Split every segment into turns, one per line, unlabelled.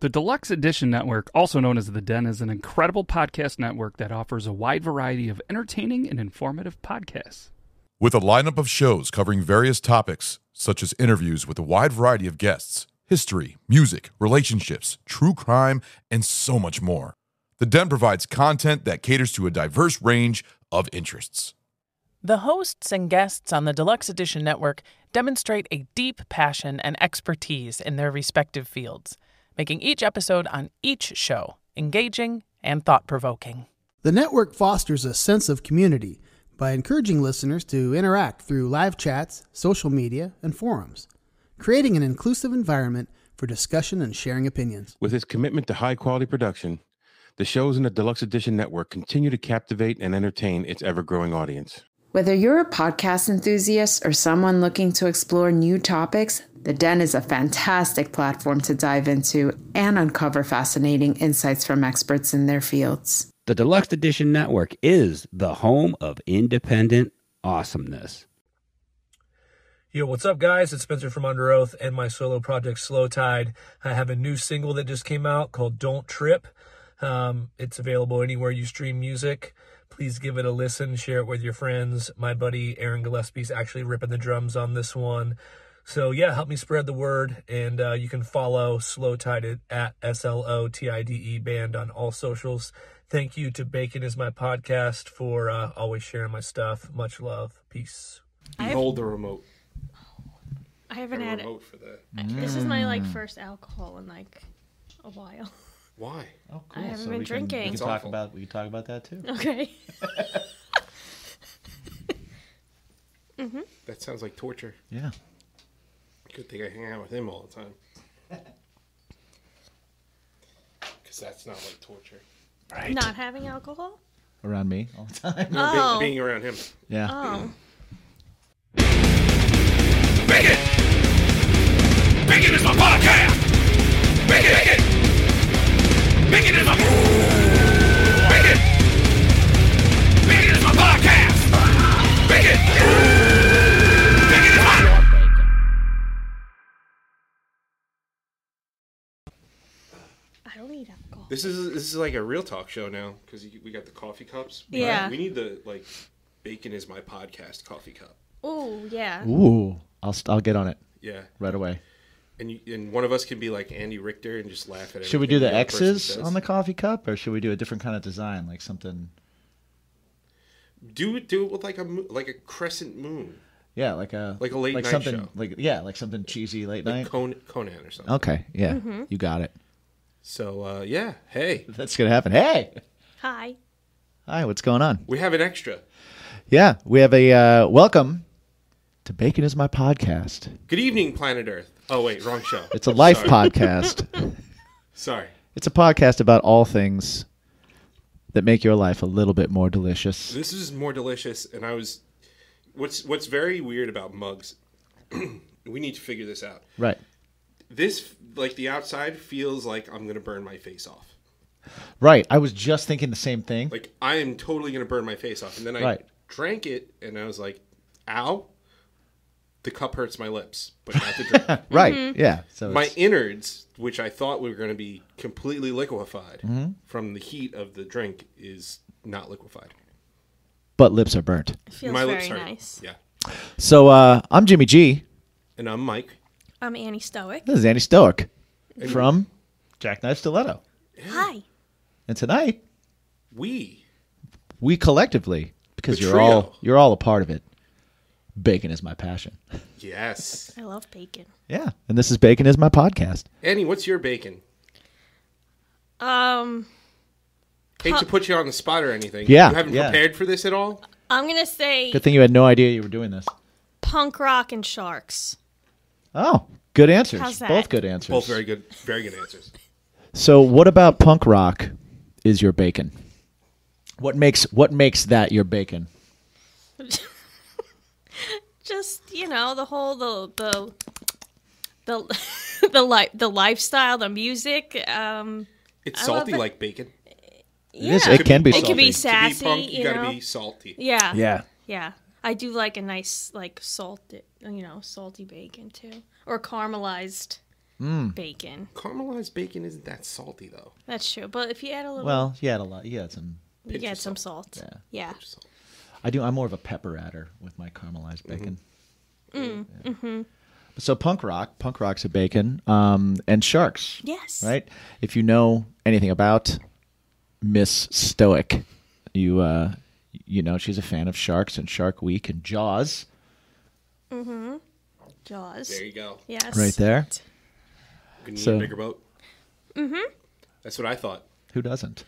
The Deluxe Edition Network, also known as The Den, is an incredible podcast network that offers a wide variety of entertaining and informative podcasts.
With a lineup of shows covering various topics, such as interviews with a wide variety of guests, history, music, relationships, true crime, and so much more, The Den provides content that caters to a diverse range of interests.
The hosts and guests on the Deluxe Edition Network demonstrate a deep passion and expertise in their respective fields, making each episode on each show engaging and thought provoking.
The network fosters a sense of community by encouraging listeners to interact through live chats, social media, and forums, creating an inclusive environment for discussion and sharing opinions.
With its commitment to high quality production, the shows in the Deluxe Edition Network continue to captivate and entertain its ever growing audience.
Whether you're a podcast enthusiast or someone looking to explore new topics, The Den is a fantastic platform to dive into and uncover fascinating insights from experts in their fields.
The Deluxe Edition Network is the home of independent awesomeness.
Yo, what's up, guys? It's Spencer from Under Oath and my solo project Slow Tide. I have a new single that just came out called Don't Trip. Um, it's available anywhere you stream music. Please give it a listen, share it with your friends. My buddy Aaron Gillespie's actually ripping the drums on this one. So, yeah, help me spread the word. And uh, you can follow Slow Tide at- at S L O T I D E band on all socials. Thank you to Bacon is My Podcast for uh, always sharing my stuff. Much love. Peace.
Behold the remote.
I haven't
A
had
remote for that.
This is my
Mm.
like first alcohol in like a while.
Why?
Oh,
I haven't been drinking.
Can, we
It's
can talk
awful.
about we can talk about that too.
Okay. Mm-hmm.
That sounds like torture.
Yeah.
Good thing I hang out with him all the time. Because that's not like torture.
Right.
Not having alcohol?
Around me all the time.
No, being-
Oh.
being, around him.
Yeah.
Oh.
Bigot! Bigot is my podcast! Bigot! Bigot! Bigot is my... Bigot! Bigot is my podcast! Bigot! Bigot is my...
I don't need alcohol.
This is this is like a real talk show now because we got the coffee cups. but
Yeah.
We need the like bacon is my podcast coffee cup.
Oh yeah.
Ooh, I'll st- I'll get on it
Yeah.
right away.
And you, and one of us can be like Andy Richter and just laugh at.
Should we do the
everything other person
X's
says.
on the coffee cup, or should we do a different kind of design, like something?
Do do it with like a mo- like a crescent moon,
Yeah, like a
Like a late night
something,
show.
Like yeah, like something cheesy late
like
night.
Conan, Conan or something.
okay, yeah, you got it.
So uh, yeah, hey,
That's gonna happen. Hey,
Hi.
hi, what's going on?
we have an extra.
Yeah, we have a uh, welcome to Bacon is my podcast.
Good evening, Planet Earth. Oh wait, wrong show.
It's a life
Sorry.
podcast.
Sorry.
It's a podcast about all things that make your life a little bit more delicious.
This is more delicious, and I was. What's what's very weird about mugs? we need to figure this out.
Right.
This like the outside feels like I'm gonna burn my face off.
Right. I was just thinking the same thing.
Like I am totally gonna burn my face off, and then I
Right.
drank it, and I was like, "Ow." The cup hurts my lips, but not the drink.
right. Yeah. So
my
it's-
innards, which I thought were going to be completely liquefied from the heat of the drink, is not liquefied.
but lips are burnt.
It feels
My
very
lips are
nice.
yeah.
So uh, I'm Jimmy G.
And I'm Mike.
I'm Annie Stoic.
This is Andy Stoic from Jackknife Stiletto.
Hi.
And tonight
We
we collectively, because
The
you're
trio.
all you're all a part of it. Bacon is my passion.
yes.
I love bacon.
Yeah. And this is Bacon is my podcast.
Annie, what's your bacon?
Um,
Hate to put you on the spot or anything.
Yeah,
you haven't
yeah.
prepared for this at all.
I'm gonna say
Good thing you had no idea you were doing this.
punk rock and sharks.
Oh, good answers.
How's that?
Both good answers.
Both very good, very good answers.
So, what about punk rock is your bacon? What makes what makes that your bacon?
Just you know the whole the the the the life the lifestyle, the music. Um,
It's
I love
salty
it.
like bacon.
yeah.
is- it can be
It can
salty.
be
To
sassy.
be punk, you,
you
gotta
know.
be salty.
Yeah.
Yeah.
Yeah. I do like a nice like salted, you know, salty bacon too, or caramelized.
Mm.
bacon.
Caramelized bacon isn't that salty though.
That's true. But if you add a little,
Well, you had a lot. You had some.
you get some salt. Yeah.
I do. I'm more of a pepper adder with my caramelized bacon.
Mm. hmm
So punk rock, punk rock's a bacon, um, and sharks.
Yes.
Right. If you know anything about Miss Stoic, you uh, you know she's a fan of sharks and Shark Week and Jaws.
hmm Jaws. There you go. Yes.
Right there.
We need
So-
a bigger boat.
hmm
That's what I thought.
Who doesn't?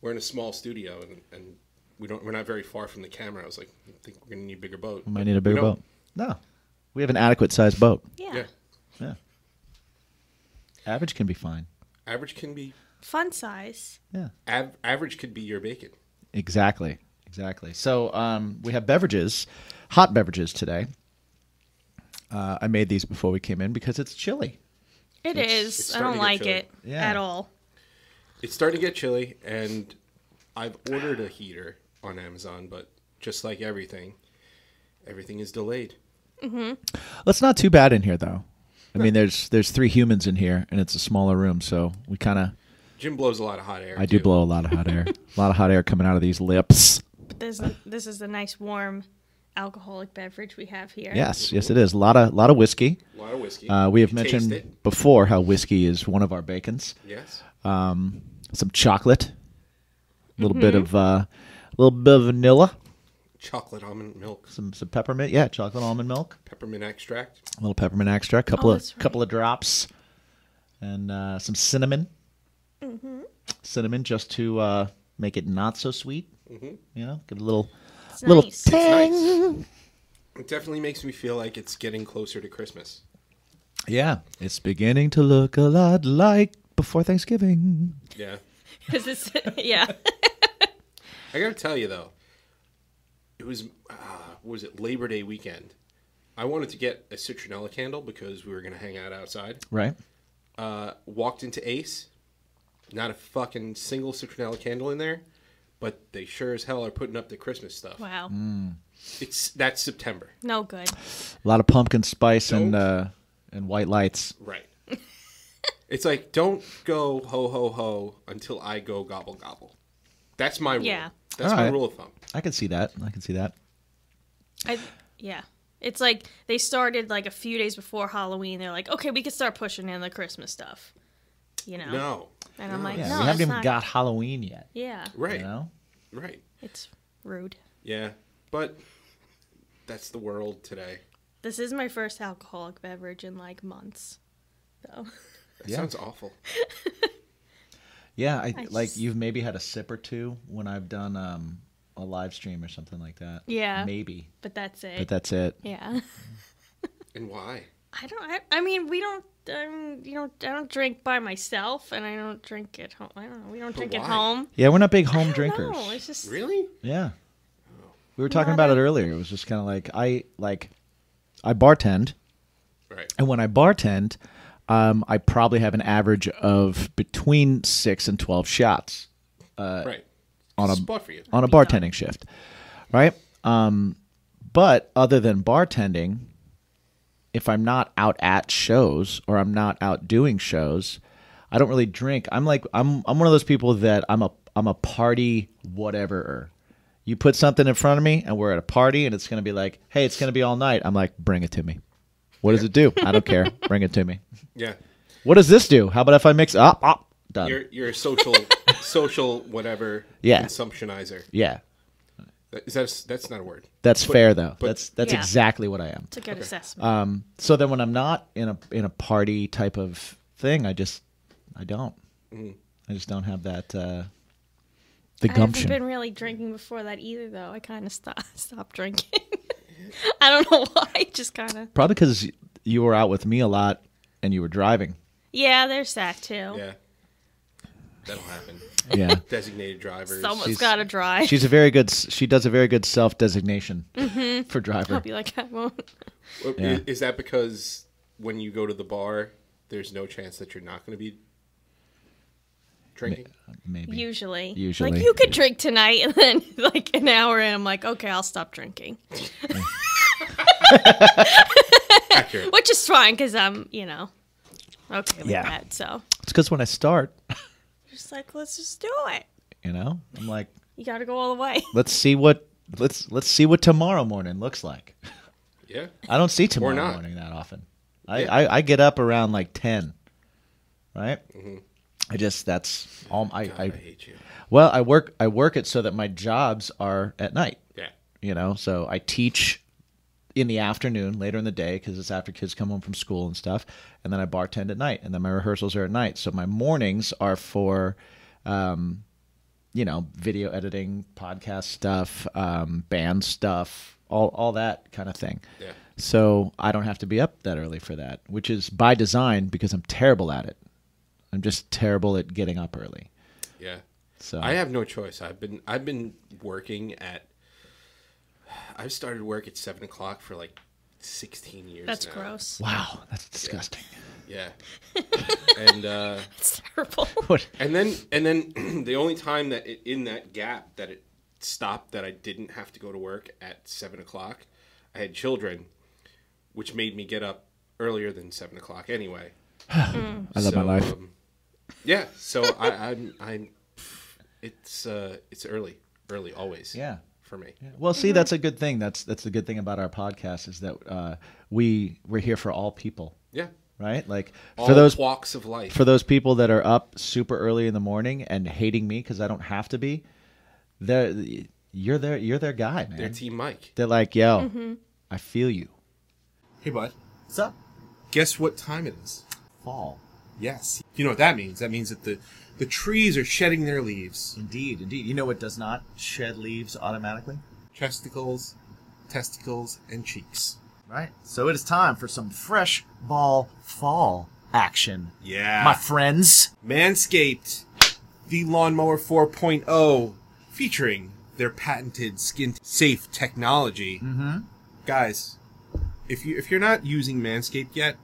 We're in a small studio and, and we don't we're not very far from the camera. I was like, I think we're gonna need a bigger boat.
We might need a bigger
don't.
boat. No, we have an adequate sized boat.
yeah.
Yeah. Average can be fine.
Average can be
Fun size.
Yeah.
Av- average could be your bacon.
Exactly. Exactly. So um, we have beverages, hot beverages today. Uh, I made these before we came in because it's chilly.
it's,
It's- it's
I don't
starting to get
like
chilly.
it
Yeah.
at all.
It's starting to get chilly, and I've ordered a heater on Amazon, but just like everything, everything is delayed.
hmm
It's not too bad in here though. I mean, there's there's three humans in here, and it's a smaller room, so we kind of.
Jim blows a lot of hot air.
I do
too.
blow a lot of hot air, a lot of hot air coming out of these lips.
But this this is the nice warm alcoholic beverage we have here.
Yes, yes, it is. A lot of lot of whiskey.
A lot of whiskey.
Uh, we have
You taste
mentioned
it.
before how whiskey is one of our bacons.
Yes.
Um, some chocolate, a little bit
Mhm.
of uh, a little bit of vanilla,
Chocolate almond milk,
some some peppermint. Yeah, chocolate almond milk,
peppermint extract.
a little peppermint extract, a couple
Oh,
of
that's
couple of drops, and uh, some cinnamon.
Mm-hmm.
Cinnamon just to uh, make it not so sweet.
Mhm.
You know, give it a little
It's
little
nice. It's
tang.
It definitely makes me feel like it's getting closer to Christmas.
Yeah, it's beginning to look a lot like before Thanksgiving.
Yeah.
Is this, yeah.
I gotta tell you though, it was uh, was it Labor Day weekend. I wanted to get a citronella candle because we were gonna hang out outside.
Right.
Uh, walked into Ace, not a fucking single citronella candle in there, but they sure as hell are putting up the Christmas stuff.
Wow.
It's that's September.
No good.
A lot of pumpkin spice and uh, and white lights.
Right. it's like don't go ho ho ho until I go gobble gobble. That's my rule.
Yeah.
That's
All
my
right.
rule of thumb.
I can see that. I can see that.
I, yeah. It's like they started like a few days before Halloween. They're like, okay, we can start pushing in the Christmas stuff. You know?
No.
And I'm like,
yeah,
no,
we
that's
haven't even
not-
got Halloween yet.
Yeah.
Right.
You know?
Right.
It's rude.
Yeah. But that's the world today.
This is my first alcoholic beverage in like months. So.
That sounds awful.
Yeah, I,
I
like
just-
you've maybe had a sip or two when I've done um, a live stream or something like that.
Yeah.
maybe.
But that's it.
But that's it.
Yeah.
And why?
I don't. I, I mean, we don't. Um, you don't. I don't drink by myself, and I don't drink at home. I don't know. We don't
But
drink at
why?
home.
Yeah, we're not big
I
home
don't
drinkers.
know, It's just
Really?
Yeah, we were talking about it earlier. It was just kind of like I like I bartend,
right?
And when I bartend, um, I probably have an average of between six and twelve shots. Uh,
Right.
on a
Spot for you.
on a bartending shift, right? Um, but other than bartending, if I'm not out at shows or I'm not out doing shows, I don't really drink. I'm like I'm I'm one of those people that I'm a I'm a party whateverer. You put something in front of me and we're at a party and it's gonna be like, hey, it's gonna be all night. I'm like, bring it to me. What does it do? I don't care. Bring it to me.
Yeah.
What does this do? How about if I mix up? up done.
You're you're a social social whatever
Yeah.
consumptionizer.
yeah.
Is that a- that's not a word.
That's
But-
fair though.
but-
that's that's
Yeah.
exactly what I am.
It's a good Okay. assessment.
Um, so then when I'm not in a in a party type of thing, I just I don't.
Mhm.
I just don't have that uh, the
I
gumption.
haven't been really drinking before that either, though. I kind of stopped stopped drinking. I don't know why. Just kind of.
Probably because you were out with me a lot and you were driving.
Yeah, there's that too.
Yeah. That'll happen.
Yeah.
Designated drivers.
Someone's got to drive.
She's a very good. s- She does a very good self designation
Mhm.
for driver.
I'll be like, I won't.
Well, i-
Yeah.
Is that because when you go to the bar, there's no chance that you're not going to be drinking?
Maybe.
Usually.
Usually.
Like you could drink tonight, and then like an hour in, I'm like, okay, I'll stop drinking.
Accurate.
Which is fine because I'm, you know, okay with
Yeah.
that. So
It's because when I start,
just like let's just do it.
you know, I'm like,
You got to go all the way.
let's see what let's let's see what tomorrow morning looks like.
Yeah.
I don't see
Or
tomorrow
not.
morning that often. I,
Yeah.
I I get up around like ten, right?
Mhm.
I just that's all I, I,
hate you.
Well, I work I work it so that my jobs are at night.
Yeah.
You know, so I teach in the afternoon, later in the day, because it's after kids come home from school and stuff, and then I bartend at night, and then my rehearsals are at night. So my mornings are for, um, you know, video editing, podcast stuff, um, band stuff, all all that kind of thing.
Yeah.
So I don't have to be up that early for that, which is by design because I'm terrible at it. I'm just terrible at getting up early.
Yeah.
So-
I have no choice. I've been I've been working at. I've started work at seven o'clock for like sixteen years.
That's
now.
gross.
Wow, that's disgusting.
Yeah. and uh
it's terrible.
What?
And then and then the only time that it, in that gap that it stopped that I didn't have to go to work at seven o'clock, I had children, which made me get up earlier than seven o'clock anyway.
Mm. I love my life.
um, yeah. So I, I'm I'm. It's uh it's early, early always.
Yeah.
For me.
Well, see, that's a good thing. That's that's the good thing about our podcast is that uh, we we're here for all people.
Yeah.
Right. Like
All
for those
walks of life.
For those people that are up super early in the morning and hating me because I don't have to be, they're you're their you're their guy, man.
Their team Mike.
They're like, yo,
Mhm.
I feel you.
Hey, bud.
What's up?
Guess what time it is?
Fall.
Yes. You know what that means? That means that the the trees are shedding their leaves.
Indeed, indeed. You know what does not shed leaves automatically?
Chesticles, testicles, and cheeks.
Right. So it is time for some fresh ball fall action.
Yeah.
My friends.
Manscaped, the lawnmower 4.0, featuring their patented skin safe technology.
Mm-hmm.
Guys, if you if you're not using Manscaped yet,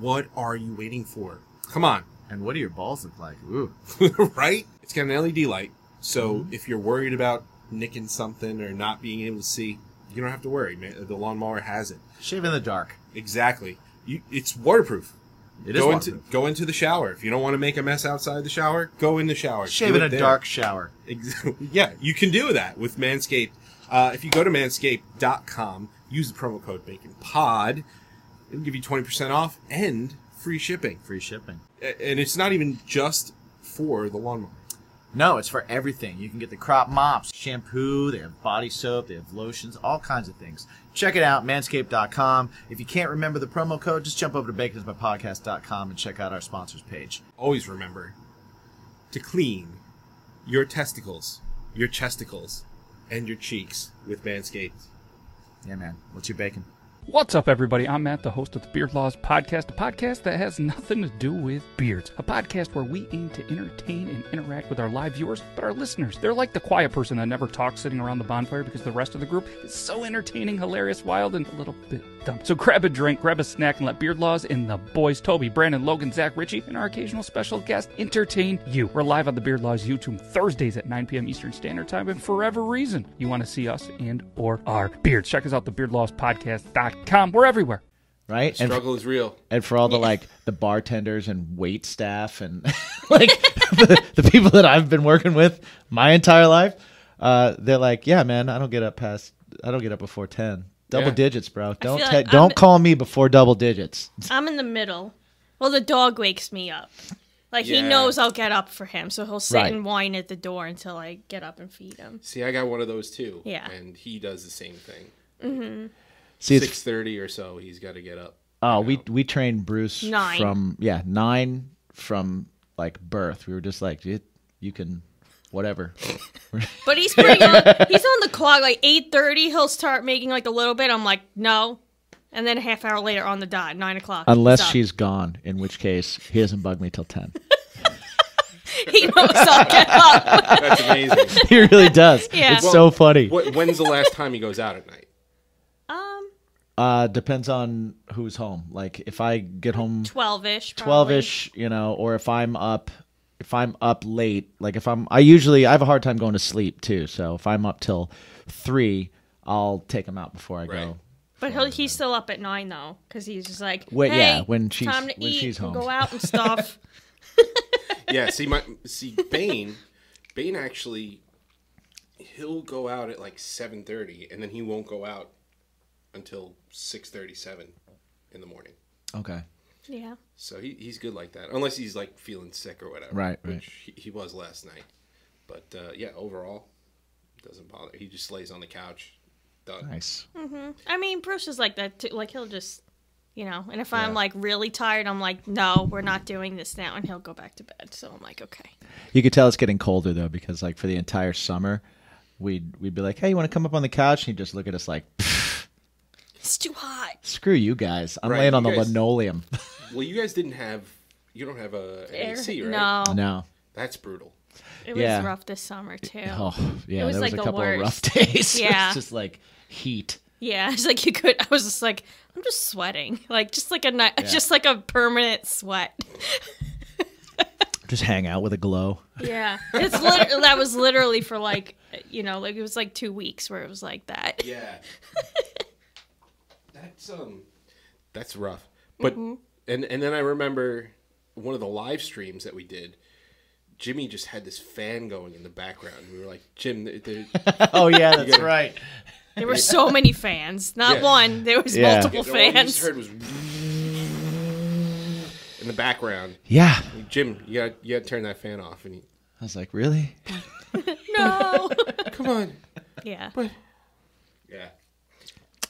what are you waiting for? Come on.
And what do your balls look like? Ooh.
right? It's got an LED light, so if you're worried about nicking something or not being able to see, you don't have to worry. Man. The lawnmower has it.
Shave in the dark.
Exactly. You, it's waterproof.
It is
go into
waterproof.
go into the shower. If you don't want to make a mess outside the shower, go in the shower.
Shave
Do
in
it
a
there.
dark shower.
Ex- yeah, you can do that with Manscaped. Uh, if you go to manscaped.com, use the promo code BACONPOD, it'll give you 20% off and free shipping.
Free shipping.
A- And it's not even just for the lawnmower.
No, it's for everything. You can get the crop mops, shampoo, they have body soap, they have lotions, all kinds of things. Check it out, manscaped.com. If you can't remember the promo code, just jump over to baconisbypodcast.com and check out our sponsors page.
Always remember to clean your testicles, your chesticles, and your cheeks with Manscaped.
Yeah, man. What's your bacon?
What's up, everybody? I'm Matt, the host of the Beard Laws Podcast, a podcast that has nothing to do with beards, a podcast where we aim to entertain and interact with our live viewers, but our listeners. They're like the quiet person that never talks sitting around the bonfire because the rest of the group is so entertaining, hilarious, wild, and a little bit dumb. So grab a drink, grab a snack, and let Beard Laws and the boys, Toby, Brandon, Logan, Zach, Richie, and our occasional special guest entertain you. We're live on the Beard Laws YouTube Thursdays at 9 p.m. Eastern Standard Time, and for whatever reason you want to see us and or our beards, check us out, thebeardlosspodcast.com. We're everywhere.
Right?
The struggle is real.
And for all the like the bartenders and wait staff and like the, the people that I've been working with my entire life, uh, they're like, "Yeah, man, I don't get up past I don't get up before 10. Double
Yeah.
digits, bro. Don't
feel
te-
like I'm-
don't call me before double digits."
I'm in the middle. Well, the dog wakes me up. Like he
Yeah.
knows I'll get up for him, so he'll sit
Right.
and whine at the door until I get up and feed him.
See, I got one of those too.
Yeah.
And he does the same thing.
hmm
See, it's-
six thirty or so, he's got to get up.
Oh, we we trained Bruce
Nine.
from yeah nine from like birth. We were just like you, you can whatever.
But he's pretty on, he's on the clock like eight thirty. He'll start making like a little bit. I'm like no, and then a half hour later on the dot, nine o'clock.
Unless
He's up.
she's gone, in which case he doesn't bug me till ten.
he knows I'll get up.
That's amazing.
he really does.
Yeah.
It's so funny.
What, when's the last time he goes out at night?
Uh, depends on who's home. Like if I get home
12-ish, probably.
twelve ish, you know, or if I'm up, if I'm up late. Like if I'm, I usually I have a hard time going to sleep too. So if I'm up till three, I'll take him out before I go
But he'll, he's still up at nine though, because he's just like,
Wait,
hey,
yeah, when she's-
time to
when
eat,
she's
we'll
home."
go out and stuff.
yeah, see my see Bane, Bane actually he'll go out at like 7:30 and then he won't go out until 6:37 in the morning.
Okay.
yeah.
So he, he's good like that, unless he's like feeling sick or whatever.
Right, right.
Which he, he was last night, but uh, yeah, overall, doesn't bother. He just lays on the couch, done.
Nice.
hmm I mean, Bruce is like that too. Like he'll just, you know. And if I'm like really tired, I'm like, no, we're not doing this now, and he'll go back to bed. So I'm like, okay.
You could tell it's getting colder though, because like for the entire summer, we'd we'd be like, "Hey, you want to come up on the couch?" And he'd just look at us like, "Pfft,
It's too hot.
"Screw you guys! I'm
Right,
laying on the
you guys-
linoleum."
Well, you guys didn't have you don't have a an
Air-
AC, right?
No.
No.
That's brutal.
It was
Yeah.
rough this summer too.
Oh, yeah,
it was
there was
like
a
the
couple
worst.
of rough days.
Yeah,
it's just like heat.
yeah. It's like you could. I was just like, I'm just sweating, like just like a night,
Yeah.
just like a permanent sweat.
Just hang out with a glow.
Yeah, it's lit- that was literally for like, you know, like it was like two weeks where it was like that.
Yeah. That's um that's rough. But
Mhm.
and and then I remember one of the live streams that we did. Jimmy just had this fan going in the background. We were like, Jim, th- th-
Oh, yeah,
you
that's
gotta-
right.
There were so many fans, not
Yeah.
one. There was
Yeah.
multiple
All you just
fans.
heard was in the background.
Yeah.
Jim, you got you got to turn that fan off. And he,
I was like, really?
no.
Come on.
Yeah.
yeah,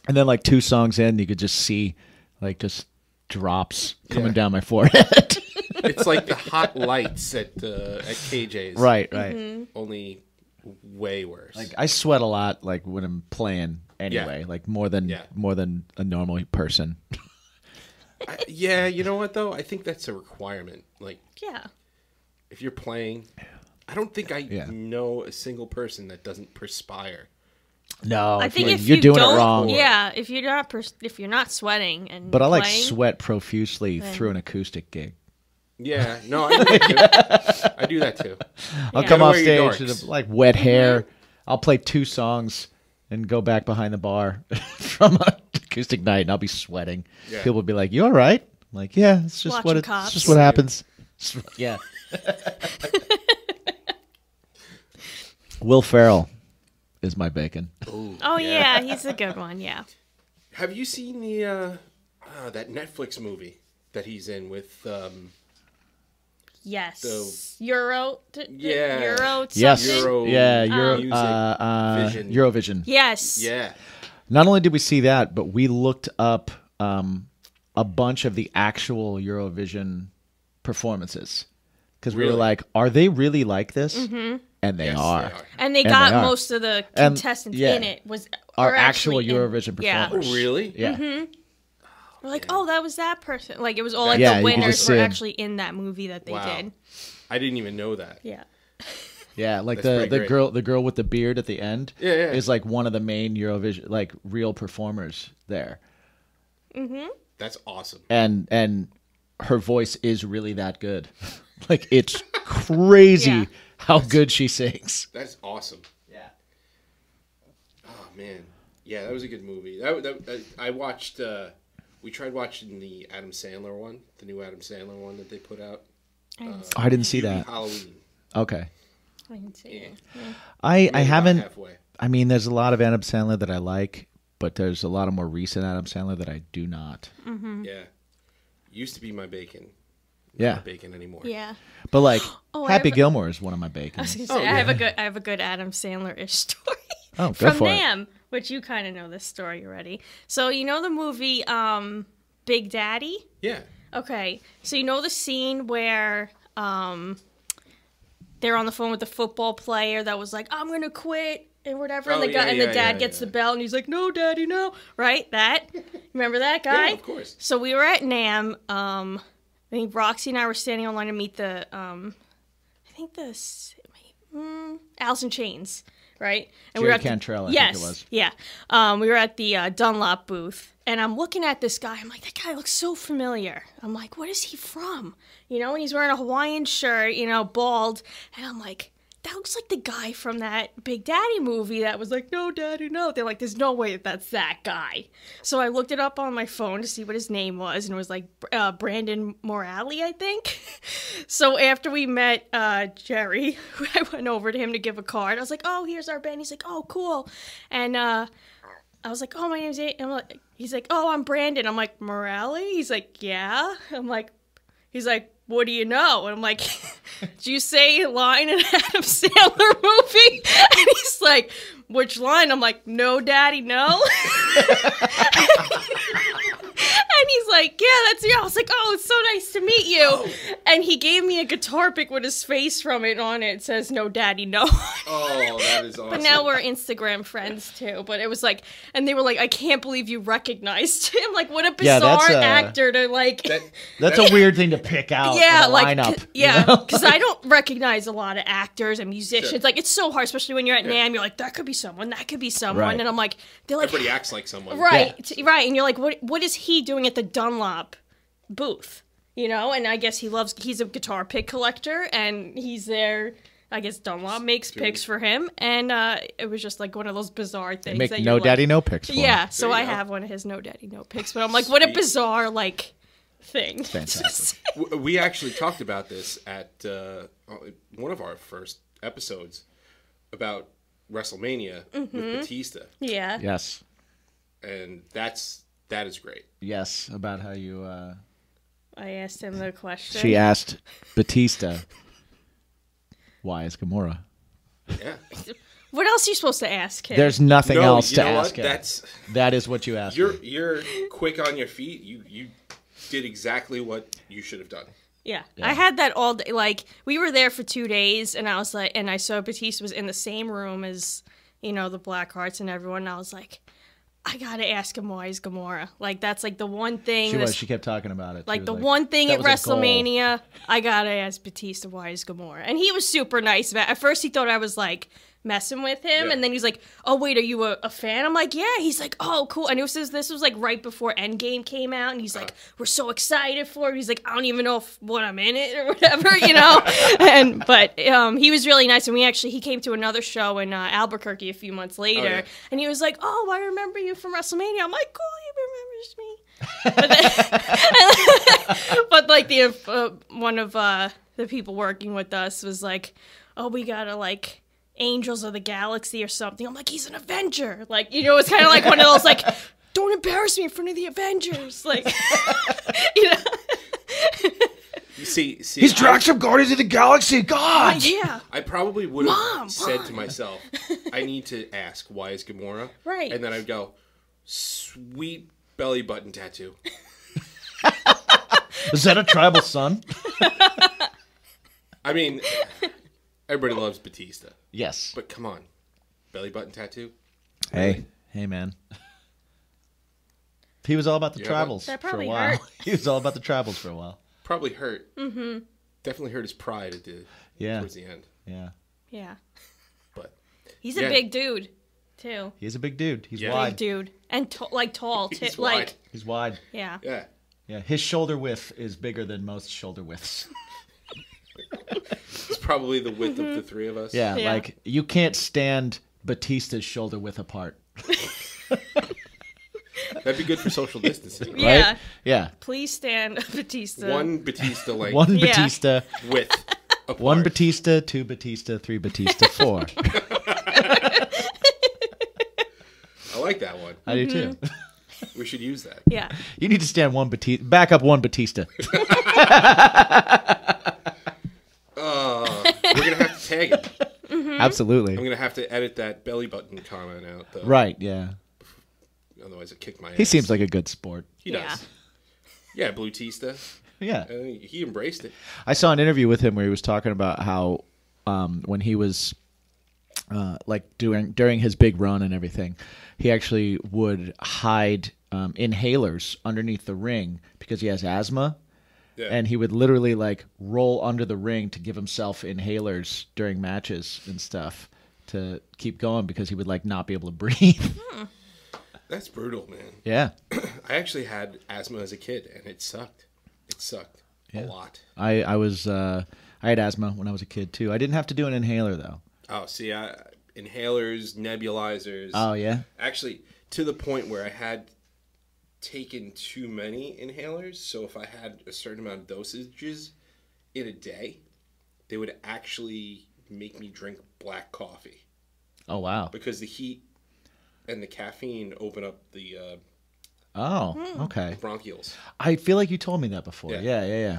And then like two songs in, you could just see like just drops coming down my forehead.
it's like the hot lights at uh, at KJ's.
Right, right. Mhm.
Only way worse.
like I sweat a lot like when I'm playing anyway, like more than
Yeah.
more than a normal person.
I, yeah, you know what though? I think that's a requirement. Like,
yeah,
if you're playing, I don't think I
Yeah.
know a single person that doesn't perspire.
No,
I think
you-
if
you're
you
doing
don't,
it wrong.
Yeah, if you're not pers- if you're not sweating and
But I like
playing-
sweat profusely
Then-
through an acoustic gig.
Yeah, no, I do that too. I do that too.
I'll
You
come
gotta
off
wear your
stage with
dorks.
like wet
Mm-hmm.
hair. I'll play two songs and go back behind the bar from an acoustic night, and I'll be sweating.
Yeah.
People will be like, "You all right?" I'm like, yeah, it's just
Watching
what it,
cops.
it's just what happens. yeah. Will Ferrell is my bacon.
Oh yeah. he's a good one. Yeah.
Have you seen the uh, uh, that Netflix movie that he's in with? Um,
Yes.
The-
Euro. d- d-
Yeah.
Euro.
Yes.
something?
yeah. Euro.
Music
uh, uh,
Vision.
Eurovision.
Yes.
Yeah.
Not only did we see that, but we looked up um, a bunch of the actual Eurovision performances because we were
Really?
like, "Are they really like this?"
Mhm.
And they
Yes, they
are.
are.
And they got
are.
most of the
And,
contestants
yeah,
in it was
Are
were
actual
actually in-
Eurovision
yeah.
performers.
Oh, Really?
Yeah.
hmm We're like, oh, that was that person. Like it was all like
Yeah,
the
you could
winners
just
were
see 'em.
actually in that movie that they
Wow.
did.
I didn't even know that.
Yeah.
Yeah, like
That's
the,
pretty
the
great.
girl the girl with the beard at the end
Yeah, yeah.
is like one of the main Eurovision like real performers there.
Mm-hmm.
That's awesome.
And and her voice is really that good. like it's crazy
Yeah.
how good she sings.
That's awesome. Yeah. Oh man, yeah, that was a good movie. That, that, that I watched. Uh, we tried watching the Adam Sandler one, the new Adam Sandler one that they put out.
I didn't
Uh,
see
I didn't see
Hubie
that.
Halloween.
Okay.
I can see it.
I I
about
haven't
halfway.
I mean there's a lot of Adam Sandler that I like, but there's a lot of more recent Adam Sandler that I do not.
Mm-hmm.
Yeah. Used to be my bacon. Not
Yeah.
my bacon anymore.
Yeah.
But like
Oh, I
Happy
have a-
Gilmore is one of my
I was
bacons.
gonna say I have a good I have a good Adam Sandler ish story.
Oh, go
from
for it.
Nam, which you kind of know this story already. So you know the movie um, Big Daddy.
Yeah.
Okay, so you know the scene where um, they're on the phone with the football player that was like, "I'm gonna quit." And whatever, and
Oh,
the guy
yeah,
and the
yeah,
dad
yeah,
gets the belt, and he's like, "No, daddy, no!" Right? That remember that guy?
Yeah, of course.
So we were at Nam. Um, I think Roxy and I were standing online to meet the um, I think the s- mm, Alice in Chains, right? we
Jerry
were at the-
Cantrell, I think it
yes,
was.
Yeah, um, we were at the uh, Dunlop booth, and I'm looking at this guy. I'm like, that guy looks so familiar. I'm like, what is he from? You know, and he's wearing a Hawaiian shirt, you know, bald, and I'm like,
that looks like the guy from that Big Daddy movie that was like, no, Daddy, no. They're like, there's no way that that's that guy. So I looked it up on my phone to see what his name was, and it was like uh, Brandon Morale, I think. so after we met uh, Jerry, I went over to him to give a card. I was like, oh, here's our band. He's like, oh, cool. And uh, I was like, oh, my name's A-. and I'm like, he's like, oh, I'm Brandon. I'm like, Morale? He's like, yeah. I'm like, he's like, what do you know? And I'm like, did you say line in Adam Sandler movie? And he's like, which line? I'm like, no, daddy, no. And he's like, Yeah, that's you. I was like, Oh, it's so nice to meet you. And he gave me a guitar pick with his face from it on it. It says, No, daddy, no.
Oh, that is awesome.
But now we're Instagram friends too. But it was like, and they were like, I can't believe you recognized him. Like, what a
Yeah,
bizarre
that's, uh,
actor to like.
That's a weird thing to pick out.
yeah,
Yeah, a
like,
lineup.
c- yeah,
you know?
because I don't recognize a lot of actors and musicians. Like, it's so hard, especially when you're at NAM. You're like, that could be someone, that could be someone,
Right.
and I'm like, they're like,
Everybody acts like someone.
right, t- right, and you're like, what, what is he doing at the Dunlop booth? You know, and I guess he loves. He's a guitar pick collector, and he's there. I guess Dunlop makes
Doing-
picks for him, and uh, it was just like one of those bizarre things.
make
that you're
no
like-
daddy no picks for him.
Yeah, so
There
I
you go.
have one of his no daddy no picks, but I'm like, what a
Sweet.
bizarre like thing.
W- we actually talked about this at uh, one of our first episodes about WrestleMania
Mhm.
with Batista.
Yeah.
Yes.
and that's that is great.
Yes, about how you. Uh,
I asked him the question.
she asked Batista, "Why is Gamora?"
Yeah.
What else are you supposed to ask him?
There's nothing
No,
else
you
to
know what?
ask. him.
That's-
that is what you asked.
You're you're quick on your feet. You you did exactly what you should have done.
Yeah.
Yeah.
I had that all day. Like we were there for two days, and I was like, and I saw Batista was in the same room as, you know, the Black Hearts and everyone. And I was like, I gotta ask him why he's Gamora. Like that's like the one thing.
She was.
that's-
She kept talking about it. She
like
was
the one thing
"That
at
was a goal."
WrestleMania, I gotta ask Batista why is Gamora, and he was super nice. About at first, he thought I was like messing with him,
Yeah.
and then he's like, "Oh wait, are you a, a fan?" I'm like, "Yeah." He's like, "Oh cool," and this was this was like right before Endgame came out, and he's like, "We're so excited for it." He's like, "I don't even know if, what I'm in it or whatever," you know. and but um, he was really nice, and we actually he came to another show in uh, Albuquerque a few months
Oh,
later,
yeah.
and he was like, "Oh, I remember you from WrestleMania." I'm like, "Cool." but like the uh, one of uh, the people working with us was like, "Oh, we gotta like." Angels of the Galaxy or something. I'm like, he's an Avenger. Like, you know, it's kind of like one of those, like, don't embarrass me in front of the Avengers. Like,
You see, see
He's
I-
dragged from Guardians of the Galaxy. God.
yeah.
I probably would have
Mom,
said to
Mom.
myself, I need to ask why is Gamora?
Right.
And then I'd go, sweet belly button tattoo.
Is that a tribal son?
I mean, everybody loves Batista.
Yes.
But come on, belly button tattoo.
Hey, hey, man. He was all about the
You know what?
tribals
That
for a
probably
while.
hurt.
he was all about the tribals for a while.
Probably hurt.
mm-hmm.
Definitely hurt his pride at the
Yeah.
towards the end.
Yeah.
Yeah.
But
He's a
Yeah.
big dude, too.
He's a big dude. He's
Big
wide.
dude. And t- like tall, too.
He's
Like,
wide.
He's wide.
yeah.
Yeah.
Yeah. His shoulder width is bigger than most shoulder widths.
It's probably the width
Mm-hmm.
of the three of us.
Yeah, like you can't stand Batista's shoulder width apart.
That'd be good for social distancing.
Yeah.
Yeah.
Please stand Batista.
One Batista length.
One
Yeah.
Batista
width.
One Batista, two Batista, three Batista, four.
I like that one.
I do too.
We should use that.
Mm-hmm. Yeah.
You need to stand one Batista, back up one Batista.
Uh, we're gonna have to tag it.
Mhm. Absolutely.
I'm gonna have to edit that belly button comment out though.
Right, yeah.
Otherwise, it kicked my.
He
ass.
seems like a good sport.
He does. Yeah, Blue Tista.
Yeah.
Uh, he embraced it.
I saw an interview with him where he was talking about how um, when he was uh, like doing during his big run and everything, he actually would hide um, inhalers underneath the ring because he has asthma.
Yeah.
And he would literally like roll under the ring to give himself inhalers during matches and stuff to keep going because he would like not be able to breathe.
That's brutal, man.
Yeah.
I actually had asthma as a kid, and it sucked. It sucked a lot.
I I was uh,
I had asthma when I was a kid too. I didn't have to do an inhaler though.
Oh, see, I, inhalers, nebulizers.
Oh, yeah?
Actually, to the point where I had taken too many inhalers. So if I had a certain amount of dosages in a day, they would actually make me drink black coffee
Oh wow.
because the heat and the caffeine open up the uh,
Oh,
Hmm.
okay.
bronchioles.
I feel like you told me that before.
Yeah.
Yeah, yeah, yeah.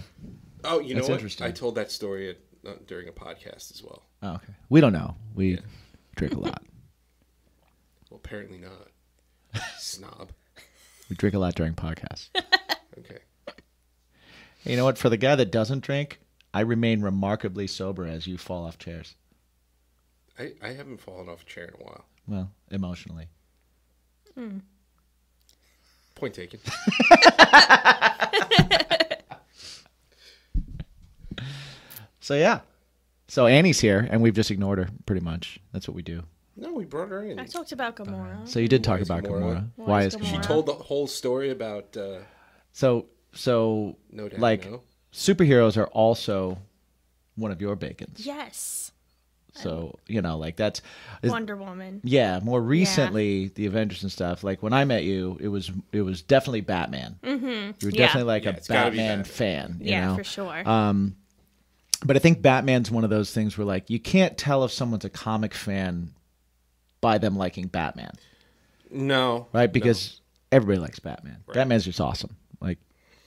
Oh, you know
That's
what?
interesting.
I told that story at, uh, during a podcast as well.
Oh, okay. We don't know. We drink a lot.
Well, apparently not. Snob.
we drink a lot during podcasts.
Okay.
You know what? For the guy that doesn't drink, I remain remarkably sober as you fall off chairs.
I, I haven't fallen off a chair in a while.
Well, emotionally.
Point taken.
So yeah. So Annie's here, and we've just ignored her pretty much. That's what we do.
no, we brought her in.
I talked about Gamora.
So you did talk about Gamora. Why is
She
Gamora?
told the whole story about. Uh,
So so
No doubt,
like
no.
superheroes are also one of your bacons.
Yes.
So you know, like that's
Wonder Woman.
Yeah, more
Yeah.
recently, the Avengers and stuff. Like when I met you, it was it was definitely Batman.
Mhm.
You were
Yeah.
definitely like
Yeah,
a
it's gotta be
Batman
Batman.
fan. you
Yeah,
know?
for sure.
Um, but I think Batman's one of those things where like you can't tell if someone's a comic fan by them liking Batman,
no.
right? Because everybody likes Batman. Batman's just awesome. Like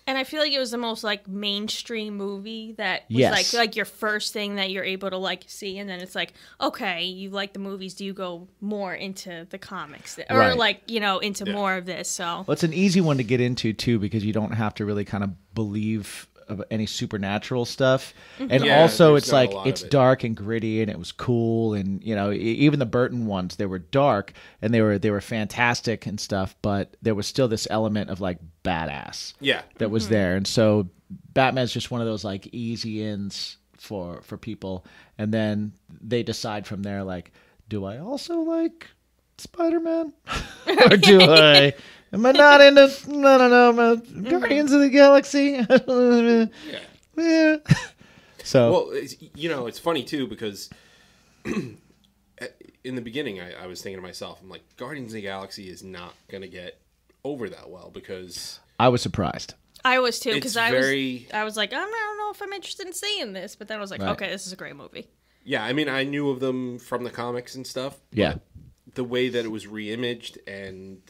And I feel like it was the most like mainstream movie that was
Yes.
like like your first thing that you're able to like see, and then it's like okay, you like the movies, do you go more into the comics or
Right.
like you know into more of this? So
Well, it's an easy one to get into too because you don't have to really kind of believe of any supernatural stuff,
Mm-hmm.
Mhm.
and
Yeah,
also
there's
it's
not a
like
lot of
it's
it.
dark and gritty and it was cool and you know e- even the Burton ones they were dark and they were they were fantastic and stuff, but there was still this element of like badass
Yeah.
that was
Mhm.
there, and so Batman's just one of those like easy ins for for people, and then they decide from there like, do I also like Spider Man? or do I? Am I not into? I don't know. am I Guardians of the Galaxy. yeah. So
well, it's, you know, it's funny too because in the beginning, I, I was thinking to myself, I'm like, Guardians of the Galaxy is not going to get over that well because
I was surprised.
I was too
It's
because I
very-
was I was like I don't know if I'm interested in seeing this, but then I was like
Right.
okay, this is a great movie.
yeah, I mean, I knew of them from the comics and stuff.
Yeah.
The way that it was reimaged and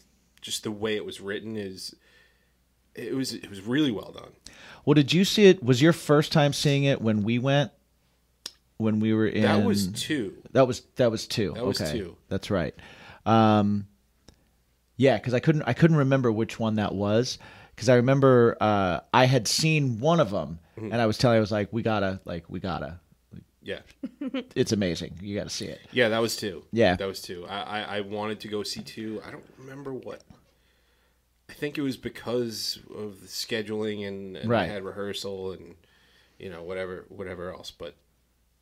just the way it was written is it was it was really well done.
well, did you see it? Was your first time seeing it when we went? When we were in
That was two.
That was that was two.
That was
okay.
two.
That's right. Um, yeah, because I couldn't I couldn't remember which one that was because I remember uh, I had seen one of them
Mhm.
Um, and I was telling I was like we gotta like we gotta
Yeah.
it's amazing you gotta see it
Yeah, that was two.
Yeah.
that was two. I, I I wanted to go see two. I don't remember what. I think it was because of the scheduling and, and I
Right.
had rehearsal and you know whatever whatever else. But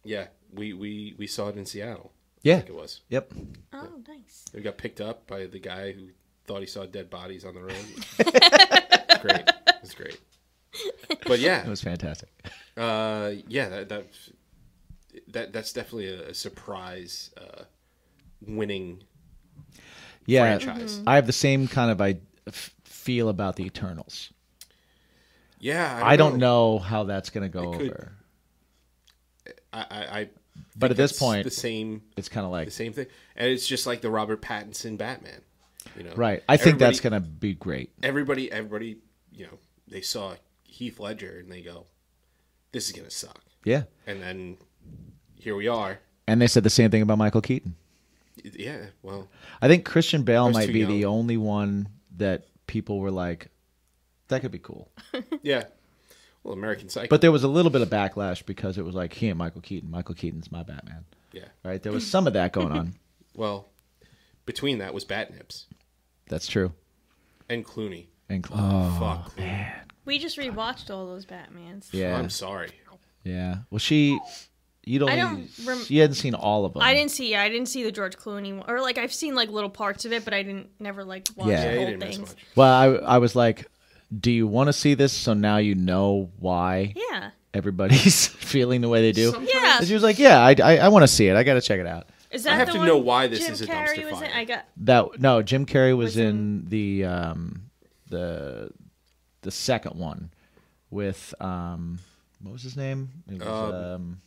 yeah, we we we saw it in Seattle. I
Yeah.
think it was.
Yep.
Oh, nice.
We got picked up by the guy who thought he saw dead bodies on the road. great, it was great. But yeah,
it was fantastic
uh, yeah, that, that that that's definitely a, a surprise uh, winning.
yeah
Franchise. Mhm.
I have the same kind of I f- feel about the Eternals
Yeah,
I don't know how that's gonna go
could-
over
I, I, I
But
think
at this
that's
point,
the same.
It's kind of like
the same thing, and it's just like the Robert Pattinson Batman. You know,
right I think that's
Everybody-
gonna be great
Everybody, everybody, you know, they saw Heath Ledger and they go, "This is gonna suck."
Yeah.
and then here we are.
and they said the same thing about Michael Keaton
Yeah, well,
I think Christian
I
Bale
was
might
too
be
young.
the only one that people were like, that could be cool.
yeah. Well, American Psycho.
But there was a little bit of backlash because it was like, he and Michael Keaton. Michael Keaton's my Batman.
Yeah.
Right? There was some of that going on.
well, between that was Batnips
That's true.
and Clooney.
And Cl- oh,
fuck,
We just rewatched all those Batmans.
Yeah.
I'm sorry.
Yeah. Well, she, you don't,
I don't rem-
you hadn't seen all of them.
I didn't see. I didn't see the George Clooney one, or like I've seen like little parts of it, but I didn't never like watch
Yeah. Yeah,
the
you
whole
didn't
thing.
Well, I, I was like, do you want to see this? So now you know why.
Yeah.
everybody's feeling the way they do.
Sometimes- Yeah.
And she was like, "Yeah, I, I, I want to see it. I got to check it out."
Is that
I have
the
to
one
know why this
Jim
is a
Carrey
dumpster
was in?
fire.
I got
That no, Jim Carrey was in the um, the the second one with um, what was his name? It was,
Um,
um,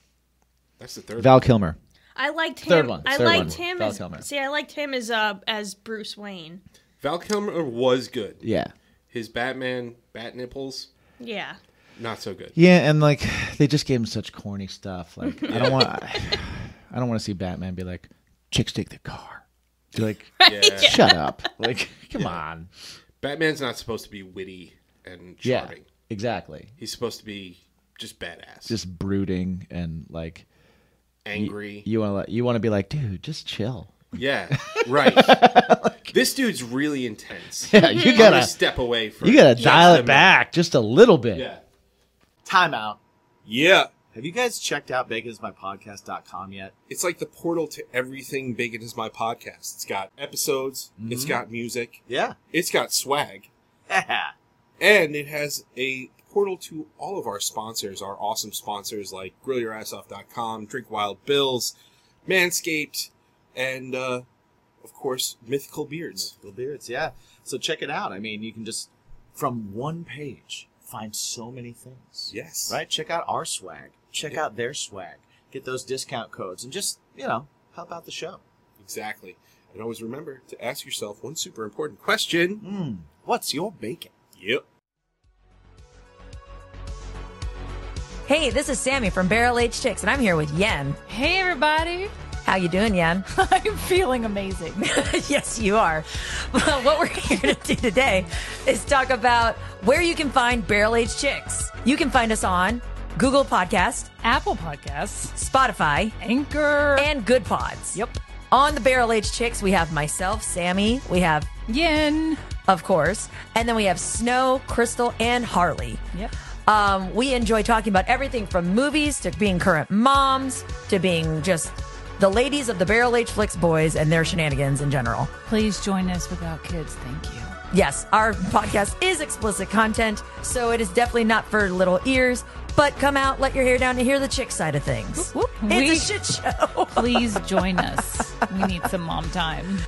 That's the third.
Val
one.
Kilmer.
I liked him.
Third one,
I
third
liked
one,
him
Val
as
Kilmer.
see. I liked him as uh as Bruce Wayne.
Val Kilmer was good.
Yeah.
His Batman bat nipples,
Yeah.
not so good.
Yeah, and like they just gave him such corny stuff. Like I don't want, I don't want to see Batman be like, "Chicks take the car." Be like,
Yeah.
shut up. Like, come on.
Batman's not supposed to be witty and
Yeah,
charming.
exactly.
He's supposed to be just badass.
Just brooding and like y-
Angry.
You, want to you want to be like, dude, just chill.
Yeah, right. this dude's really intense.
Yeah, you
I'm
gotta
gonna step away from.
You gotta
just
dial
a
it back just a little bit.
Yeah.
Timeout. Yeah. Have you guys checked out baconismypodcast.com yet?
It's like the portal to everything Bacon is my podcast. It's got episodes, it's
Mhm.
got music.
Yeah.
It's got swag. and it has a portal to all of our sponsors, our awesome sponsors like grillyourassoff.com, Drink Wild Bills, Manscaped, and uh, of course, Mythical Beards.
Mythical Beards, yeah. So check it out. I mean, you can just, from one page, find so many things.
Yes.
Right? Check out our swag. Check out their swag. Get those discount codes and just, you know, help out the show.
Exactly. And always remember to ask yourself one super important question
Hmm.
What's your bacon? Yep.
Hey, this is Sammy from Barrel Age Chicks, and I'm here with Yen. Hey, everybody. How you doing, Yen? I'm feeling amazing. yes, you are. But what we're here to do today is talk about where you can find Barrel Age Chicks. You can find us on Google Podcast, Apple Podcasts, Spotify, Anchor, and Good Pods. Yep. On the Barrel Age Chicks, we have myself, Sammy. We have Yen, of course, and then we have Snow, Crystal, and Harley.
Yep.
Um, we enjoy talking about everything from movies to being current moms to being just the ladies of the barrel age flicks boys and their shenanigans in general.
Please join us without kids. Thank you.
Yes, our podcast is explicit content, so it is definitely not for little ears. But come out, let your hair down, and hear the chick side of things. It's a
We-
shit show.
Please join us. We need some mom time.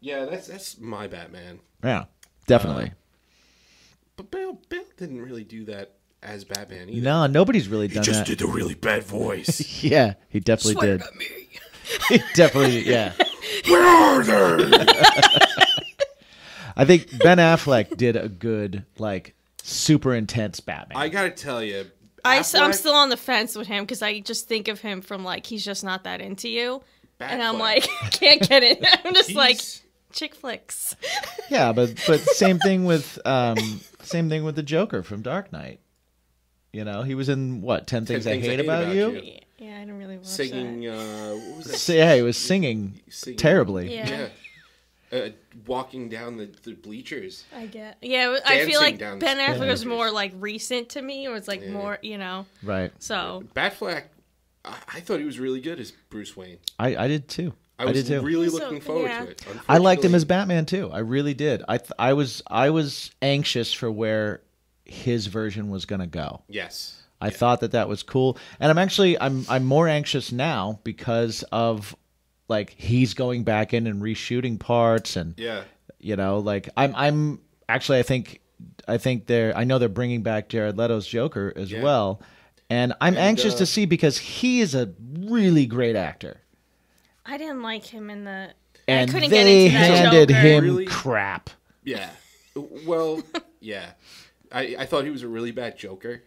Yeah, that's that's my Batman. Uh,
Yeah, definitely.
But Bill Bill didn't really do that as Batman either.
no, nobody's really
He
done
just
that.
did the really bad voice.
yeah, he definitely
Swear
did. he definitely, yeah.
Where are they?
I think Ben Affleck did a good, like, super intense Batman.
I gotta tell you,
I am
Affleck-
still on the fence with him because I just think of him from like he's just not that into you, and I'm like can't get it. I'm just like chick flicks.
Yeah, but but same thing with um same thing with the Joker from Dark Knight. You know, he was in what ten things, I, hate about, you.
Yeah, I don't really watch
Singing, uh, what was that?
So, yeah, he was singing,
Singing-
terribly.
Yeah.
Uh, walking down the, the bleachers.
I get. Yeah, I
Dancing
feel like
down
Ben
the
Affleck
stairs.
was more like recent to me. It was like more, you know.
Right.
So
Batflack, I, I thought he was really good as Bruce Wayne.
I, I did too.
I
I,
was
did too.
really looking forward
yeah.
to it.
I liked him as Batman too. I really did. I th- I was I was anxious for where his version was going to go.
Yes.
I thought that that was cool, and I'm actually I'm I'm more anxious now because of like he's going back in and reshooting parts and
Yeah.
you know like I'm I'm actually I think I think they're I know they're bringing back Jared Leto's Joker as well, and I'm
And,
anxious
uh,
to see because he is a really great actor,
I didn't like him in the.
and
I couldn't
they
get into that
handed
Joker.
him crap.
Yeah. Well, yeah. I, I thought he was a really bad Joker.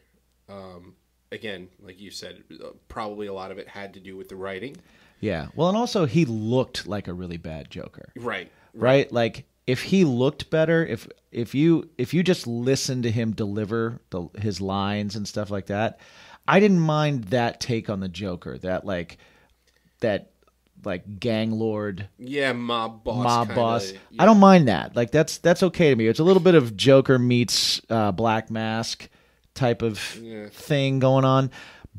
Um, again, like you said, uh, probably a lot of it had to do with the writing.
Yeah. Well, and also he looked like a really bad Joker.
Right.
Right? Like if he looked better, if if you if you just listened to him deliver the, his lines and stuff like that, I didn't mind that take on the Joker. That like that like gang lord
Yeah, mob boss.
mob
kinda,
boss.
yeah.
I don't mind that. Like that's that's okay to me. It's a little bit of Joker meets uh, Black Mask type of
Yeah.
thing going on,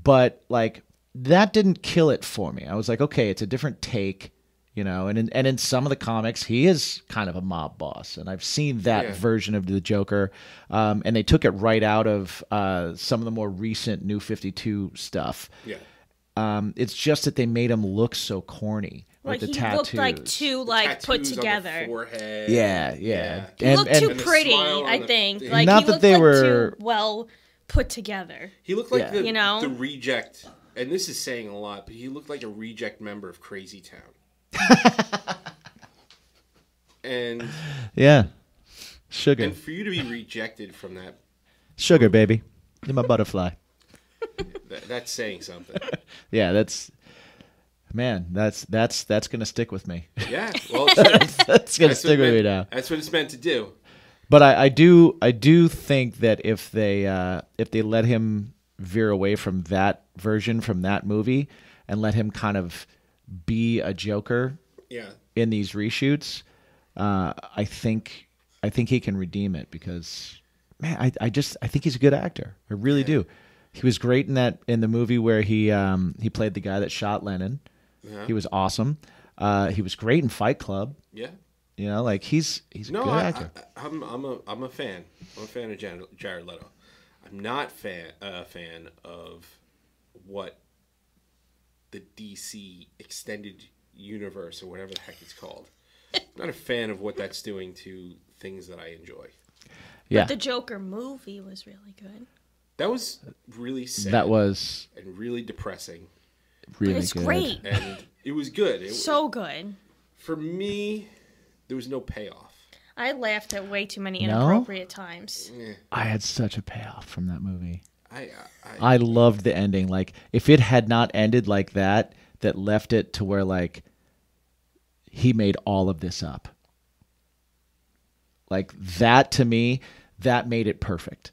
but like that didn't kill it for me. I was like, okay, it's a different take.
you know and in, and in some of the comics he is kind of a mob boss and i've seen that
Yeah.
version of the joker um, and they took it right out of uh, some of the more recent new 52 stuff
Yeah.
um, it's just that they made him look so corny
Like
with the
he
tattoos
looked like too like put
tattoos on the
together.
forehead.
yeah yeah,
He looked too pretty, I think. Like
not
he
that
looked
they
like
were
too well put together.
He looked like the,
you know
the reject, and this is saying a lot, but he looked like a reject member of Crazy Town. and
yeah sugar
And for you to be rejected from that,
sugar baby you're my butterfly
that that's saying something.
yeah that's man that's that's that's gonna stick with me
Yeah, well,
that's, gonna
that's what
stick with
meant-
me now
That's what it's meant to do.
But I, I do I do think that if they uh, if they let him veer away from that version from that movie and let him kind of be a Joker
Yeah.
in these reshoots, uh, I think I think he can redeem it because man I, I just I think he's a good actor I really do. He was great in that in the movie where he um, he played the guy that shot Lennon.
Yeah.
He was awesome. Uh, he was great in Fight Club.
Yeah.
You know, like he's he's a
no,
good
I,
actor.
I, I'm I'm a I'm a fan. I'm a fan of Jan- Jared Leto. I'm not fan a fan of what the DC extended universe or whatever the heck it's called. not a fan of what that's doing to things that I enjoy.
Yeah.
But the Joker movie was really good.
That was really sad.
That was
and really depressing.
really But it's good. great.
And it was good. It,
So good.
for me, there was no payoff.
I laughed at way too many
No?
inappropriate times.
I had such a payoff from that movie.
I-
I loved the ending. Like if it had not ended like that, that left it to where like he made all of this up. Like that to me, that made it perfect.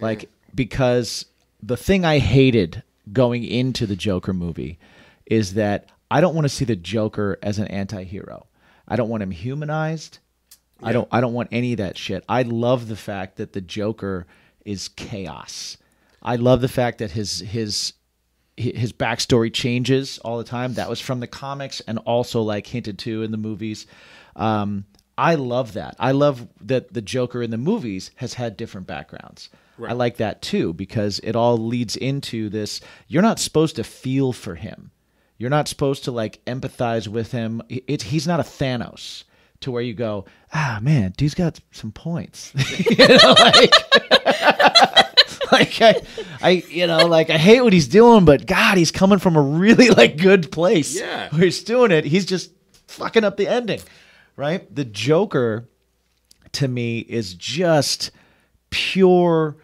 Like because the thing I hated going into the Joker movie is that I don't want to see the Joker as an anti-hero. I don't want him humanized. I don't I don't want any of that shit. I love the fact that the Joker is chaos. I love the fact that his his his backstory changes all the time. That was from the comics and also like hinted to in the movies. Um, I love that. I love that the Joker in the movies has had different backgrounds. I
Right.
like that too because it all leads into this. You're not supposed to feel for him. You're not supposed to like empathize with him. It, it- he's not a Thanos to where you go, ah man, dude's got some points. you know, like, like I, I, you know, like I hate what he's doing, but God, he's coming from a really like good place.
Yeah.
where he's doing it. He's just fucking up the ending, right? The Joker, to me, is just pure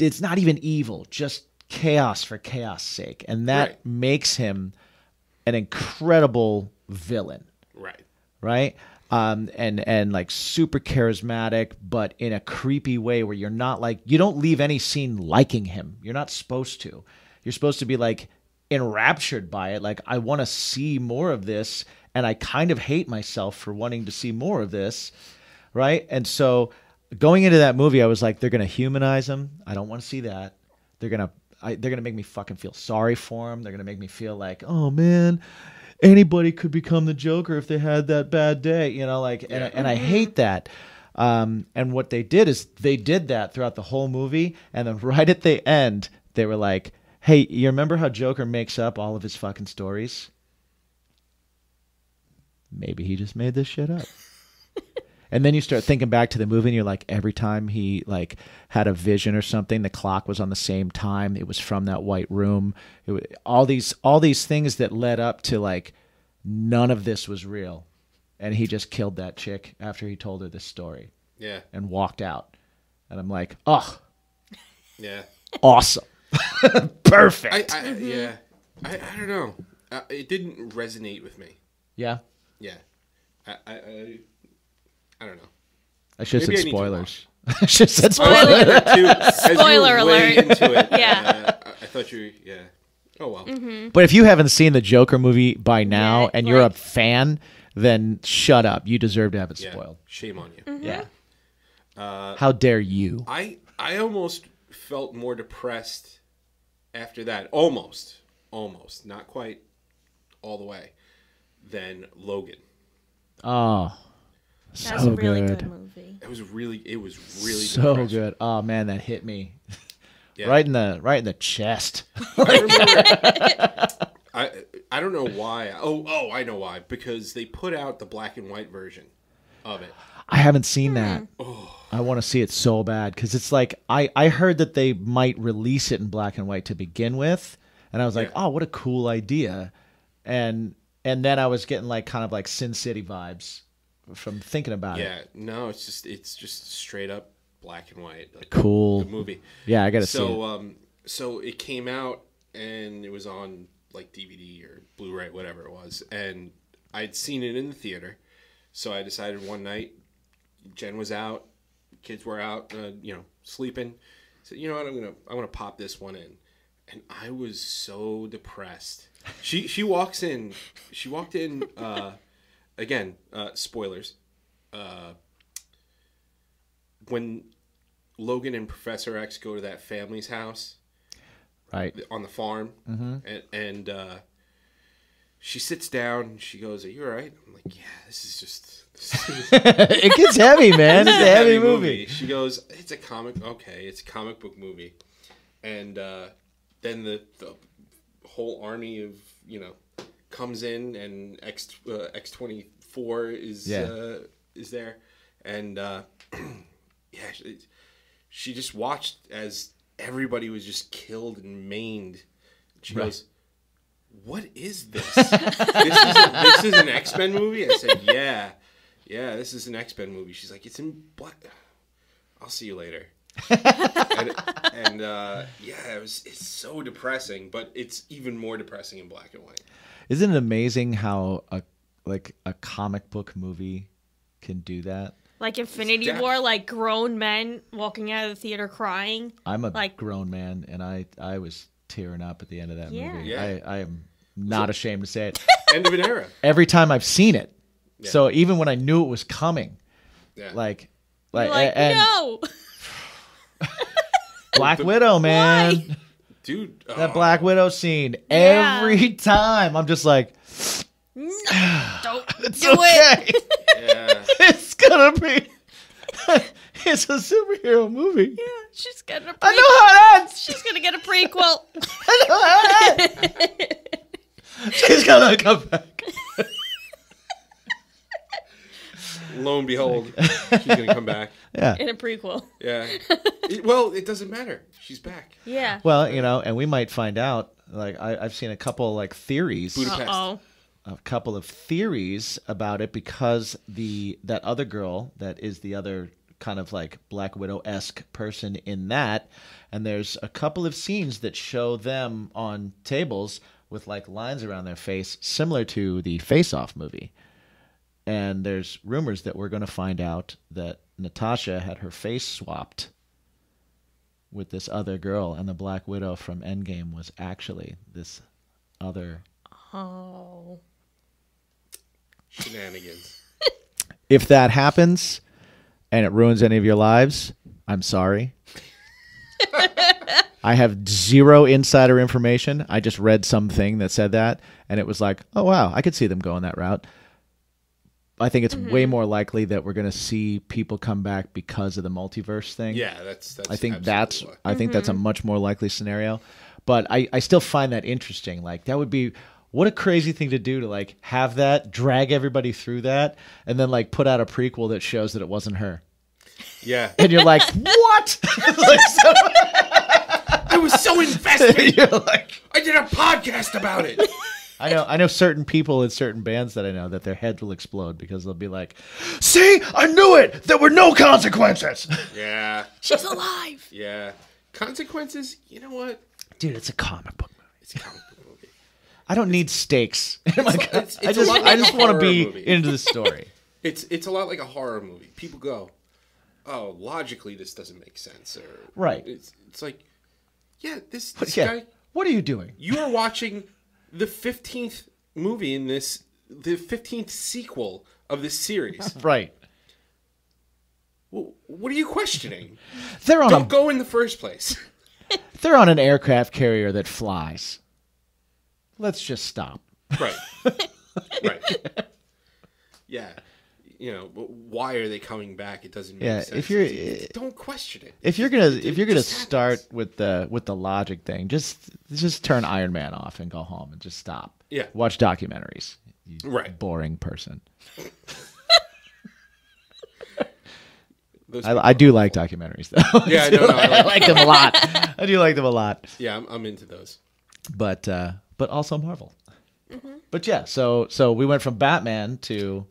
it's not even evil, just chaos for chaos sake. And that makes him an incredible villain.
Right.
Right? Um, and and like super charismatic, but in a creepy way where you're not like you don't leave any scene liking him. You're not supposed to. You're supposed to be like enraptured by it. Like I want to see more of this, and I kind of hate myself for wanting to see more of this right? And so going into that movie, I was like, they're gonna humanize him. I don't want to see that. They're gonna I, they're gonna make me fucking feel sorry for him. They're gonna make me feel like, oh man, anybody could become the Joker if they had that bad day, you know? Like, and I, and I hate that. Um, and what they did is they did that throughout the whole movie, and then right at the end, they were like, "Hey, you remember how Joker makes up all of his fucking stories? Maybe he just made this shit up." And then you start thinking back to the movie, and you're like, every time he like had a vision or something, the clock was on the same time. It was from that white room. It wa all these all these things that led up to like none of this was real, and he just killed that chick after he told her this story.
Yeah.
and walked out. And I'm like, oh,
Yeah.
awesome, perfect.
I, I, Yeah. I, I don't know. Uh, it didn't resonate with me.
yeah,
Yeah. I I, I, I don't know.
I should have
Maybe
said
I need to
spoilers. I should have said
Spoiler
spoilers.
alert, too. As you were
Spoiler
way
alert.
Into it,
Yeah. Mm-hmm.
uh, I, I thought you. Yeah. Oh well.
But if you haven't seen the Joker movie by now and you're a fan, then shut up. You deserve to have it
Yeah.
spoiled.
Shame on you.
Mm-hmm.
Mhm. Yeah.
Uh,
How dare you.
I I almost felt more depressed after that. Almost, almost, not quite all the way. than Logan.
Oh, so good.
movie. It was really, it was really
so good. Oh man, that hit me.
Yeah.
Right in the right in the chest.
I remember. I I don't know why. Oh oh, I know why. Because they put out the black and white version of it. Oh.
I haven't seen that. I want to see it so bad because it's like I I heard that they might release it in black and white to begin with, and I was like, oh, what a cool idea, and and then I was getting like kind of like Sin City vibes from thinking about
yeah.
it.
No, it's just it's just straight up black and white. Like
Cool.
The movie.
Yeah, I gotta see
so, um, so it came out and it was on like DVD or Blu-ray, whatever it was, and I'd seen it in the theater, so I decided one night, Jen was out, kids were out, uh, you know, sleeping. So you know what, I'm gonna I'm gonna pop this one in, and I was so depressed. She she walks in, she walked in. Uh, again, uh, spoilers. Uh, when Logan and Professor X go to that family's house,
Right.
on the farm,
Mhm.
and, and uh, she sits down. And she goes, "Are you all right?" I'm like, "Yeah, this is just." this is-
It gets heavy, man.
This
It's
is
a heavy movie.
She goes, "It's a comic. Okay, it's a comic book movie," and uh, then the, the whole army of you know comes in, and X uh, X twenty four is
Yeah.
uh, is there, and uh, yeah, she, she just watched as everybody was just killed and maimed. She
Right.
goes, "What is this? this, is a, this is an X Men movie." I said, "Yeah, yeah, this is an X Men movie." She's like, "It's in black." I'll see you later. and and uh, yeah, it was it's so depressing, but it's even more depressing in black and white.
Isn't it amazing how a like a comic book movie can do that?
Like Infinity
death.
War, like grown men walking out of the theater crying.
I'm a
like
grown man, and I I was tearing up at the end of that
Yeah.
movie.
Yeah.
I, I am not ashamed to say it.
End of an era.
Every time I've seen it,
Yeah.
so even when I knew it was coming,
Yeah.
like
like,
like, a- and
no.
Black Widow, man,
dude, oh,
that Black Widow scene
Yeah.
every time. I'm just like,
Don't
it's
do
okay.
it.
Yeah.
it's gonna be. it's a superhero movie.
She's gonna.
I know how it ends.
She's gonna get a prequel.
I know how it ends. She's gonna come back.
Lo and behold, she's gonna come back.
Yeah.
In a prequel.
Yeah. It- well, it doesn't matter. She's back.
Yeah.
Well, you know, and we might find out. Like I, I've seen a couple like theories,
Budapest. Uh-oh.
a couple of theories about it because the that other girl that is the other kind of like Black Widow esque person in that, and there's a couple of scenes that show them on tables with like lines around their face, similar to the Face Off movie. And there's rumors that we're going to find out that Natasha had her face swapped with this other girl, and the Black Widow from Endgame was actually this other.
Oh.
Shenanigans.
If that happens and it ruins any of your lives, I'm sorry. I have zero insider information. I just read something that said that, and it was like, oh, wow, I could see them going that route. I think it's way more likely that we're going to see people come back because of the multiverse thing.
Yeah, that's- that's
I think
absolutely
that's
why.
I think that's a
Mhm.
much more likely scenario. But I I still find that interesting. Like that would be what a crazy thing to do to like have that drag everybody through that and then like put out a prequel that shows that it wasn't her.
Yeah.
And you're like, what? Like, so-
I was so invested.
You're like,
I did a podcast about it.
I know I know certain people in certain bands that I know that their heads will explode because they'll be like, "See, I knew it. There were no consequences."
Yeah.
She's alive.
Yeah. Consequences. You know what?
Dude, it's a comic book movie.
It's a comic book movie.
I don't need stakes. like,
it's-
I
it's a
just
lot like
I
a
just want to
horror
be
movie.
into the story.
It's it's a lot like a horror movie. People go, "Oh, logically this doesn't make sense." Or
Right.
It's it's like, yeah, this,
But
this
yeah,
guy.
what are you doing?
You are watching the fifteenth movie in this, the fifteenth sequel of this series.
Right.
Well, what are you questioning?
They're on
Don't
a-
go in the first place.
They're on an aircraft carrier that flies. Let's just stop.
Right. right. Yeah. You know, but why are they coming back? It doesn't make
Yeah,
sense.
if you're uh,
don't question it.
If you're gonna if you're gonna start with the with the logic thing, just just turn Iron Man off and go home and just stop.
Yeah.
Watch documentaries. You
Right.
Boring person.
Those people
I, I do like documentaries though.
Yeah, I
do
know, no, I
like, I
like-
like them a lot. I do like them a lot.
Yeah, I'm, I'm into those.
But uh but also Marvel. But yeah, so so we went from Batman to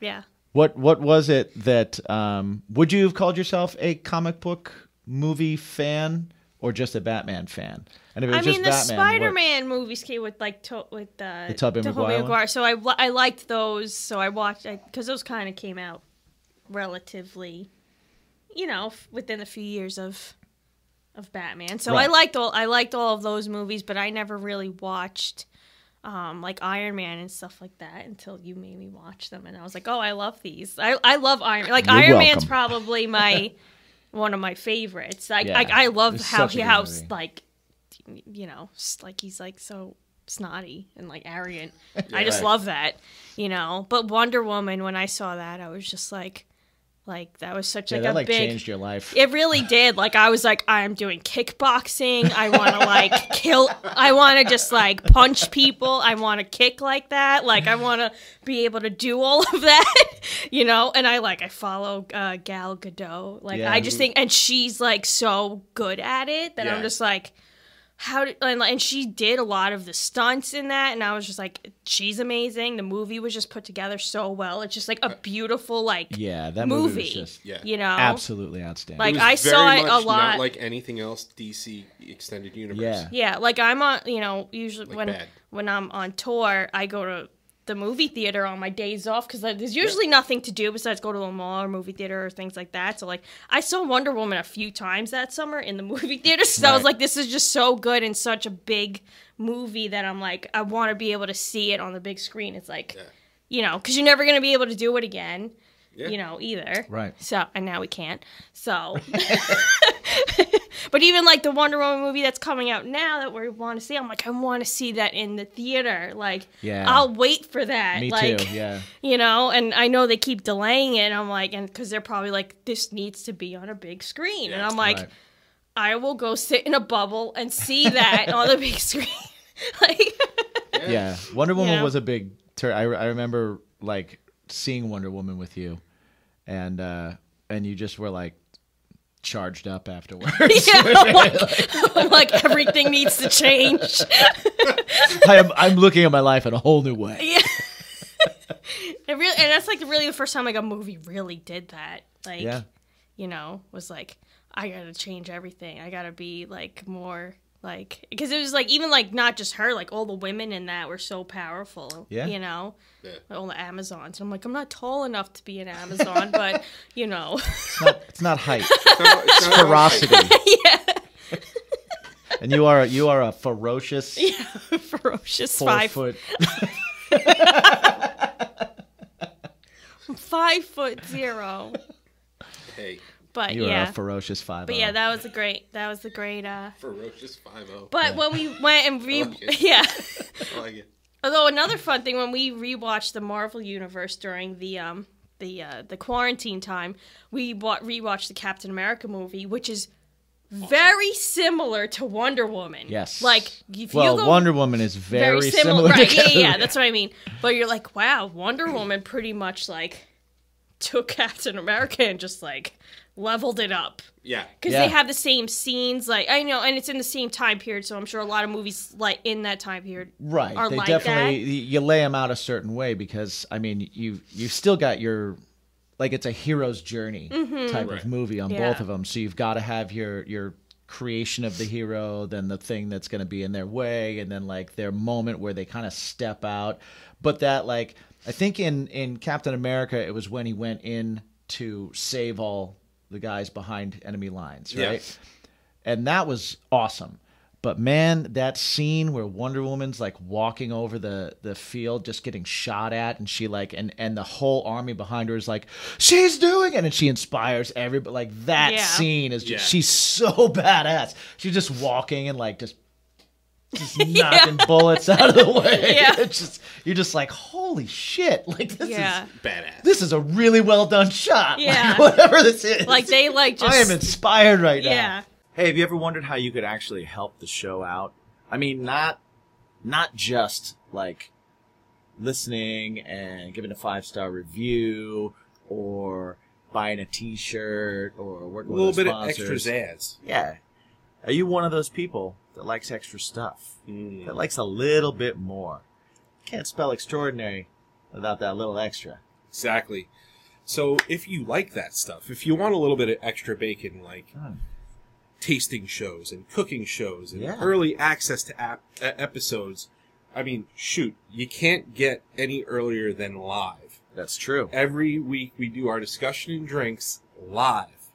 Yeah.
What what was it that um, would you have called yourself a comic book movie fan or just a Batman fan? And if it
I
was
mean, the
just Batman, what-
Spider-Man movies came with like to- with uh,
The Tobey
Tobey
Maguire one?
So I wa- I liked those. So I watched because those kind of came out relatively, you know, f- within a few years of of Batman. So I
Right.
liked all I liked all of those movies, but I never really watched um, like Iron Man and stuff like that until you made me watch them, and I was like, oh, I love these. I I love Iron like
You're
Iron
welcome.
Man's probably my one of my favorites. Like
Yeah.
I, I love
It's
how
such a
he
good
how
movie.
like you know s- like he's like so snotty and like arrogant.
Yeah.
I just
Right.
love that, you know. But Wonder Woman, when I saw that, I was just like, like that was such
Yeah,
like
that
a
like
big
changed your life.
It really did. Like I was like, I'm doing kickboxing. I want to like kill. I want to just like punch people. I want to kick like that. Like I want to be able to do all of that, you know. And I like I follow uh, Gal Gadot. Like
Yeah.
I just think, and she's like so good at it that I'm
Yeah.
just like how did and, and she did a lot of the stunts in that and i was just like she's amazing the movie was just put together so well it's just like a beautiful like
Uh, Yeah, that movie,
movie,
was just
you know
absolutely outstanding.
Like,
It was
I
very
saw it a
much
lot.
Not like anything else DC extended universe.
Yeah.
yeah like i'm on you know usually
Like
when
bad.
when i'm on tour i go to the movie theater on my days off because there's usually nothing to do besides go to a mall or movie theater or things like that so like i saw wonder woman a few times that summer in the movie theater so i was
Right.
like this is just so good and such a big movie that i'm like i want to be able to see it on the big screen it's like you know because you're never going to be able to do it again you know either
Right.
so and now we can't so but even like the Wonder Woman movie that's coming out now that we want to see, I'm like, I want to see that in the theater. Like,
Yeah.
I'll wait for that.
Me
like,
too. Yeah.
You know, and I know they keep delaying it. And I'm like, and because they're probably like, this needs to be on a big screen. and I'm like,
Right.
I will go sit in a bubble and see that on the big screen.
yeah. Wonder Woman
Yeah.
was a big. Tur- I I remember like seeing Wonder Woman with you, and uh and you just were like charged up afterwards.
yeah, I'm like, I'm like, everything needs to change.
I am I'm looking at my life in a whole new way.
Yeah. it really, and that's like really the first time like a movie really did that. Like,
Yeah.
you know, was like I gotta change everything. I gotta be like more like because it was like even like not just her, like all the women in that were so powerful.
Yeah.
You know.
Yeah.
Like, all the Amazons. I'm like, I'm not tall enough to be an Amazon, but you know.
It's not, it's not height.
not-
It's
it's not about height.
ferocity.
Yeah.
And you are you are a ferocious.
Yeah, ferocious
four
five-
foot.
I'm five foot zero.
Hey.
But
you
yeah.
are a ferocious five.
But yeah, that was a great. That was a great. uh
Ferocious 5 0.
But when we went and re,
I like it.
yeah.
I like it.
Although another fun thing when we rewatched the Marvel universe during the um the uh, the quarantine time, we wa- rewatched the Captain America movie, which is very similar to Wonder Woman.
Yes.
Like if
well,
you go
Wonder Woman is very, similar. to
right? Yeah, yeah, yeah,
Captain
that's what I mean. But you're like, wow, Wonder Woman pretty much like took Captain America and just like leveled it up
Yeah.
because they have the same scenes like i know and it's in the same time period so i'm sure a lot of movies like in that time period
Right.
are
they
like
definitely y- you lay them out a certain way because I mean you you've still got your like it's a hero's journey
Mhm.
type
Right.
of movie on
Yeah.
both of them. So you've got to have your your creation of the hero, then the thing that's going to be in their way, and then like their moment where they kind of step out. But that like I think in in Captain America it was when he went in to save all the guys behind enemy lines,
Yeah.
right? and that was awesome. But man, that scene where Wonder Woman's like walking over the the field, just getting shot at, and she like and and the whole army behind her is like, she's doing it, and she inspires everybody. Like that
Yeah.
scene is just
Yeah.
she's so badass. She's just walking and like just just knocking bullets out of the way.
Yeah.
It's just you're just like, holy shit! Like this
Yeah.
is
badass.
This is a really well done shot. Like,
Yeah.
whatever this is.
Like they like just.
I am inspired right now.
Yeah.
Hey, have you ever wondered how you could actually help the show out? I mean, not not just like listening and giving a five star review or buying a T shirt or
A
working with
little
those
bit of
sponsors.
extra zazz.
Yeah. Are you one of those people that likes extra stuff?
Hmm.
That likes a little bit more? Can't spell extraordinary without that little extra.
Exactly. So if you like that stuff, if you want a little bit of extra bacon, like
Hmm.
tasting shows and cooking shows and
Yeah.
early access to app, uh, episodes, I mean, shoot, you can't get any earlier than live.
That's true.
Every week we do our discussion and drinks live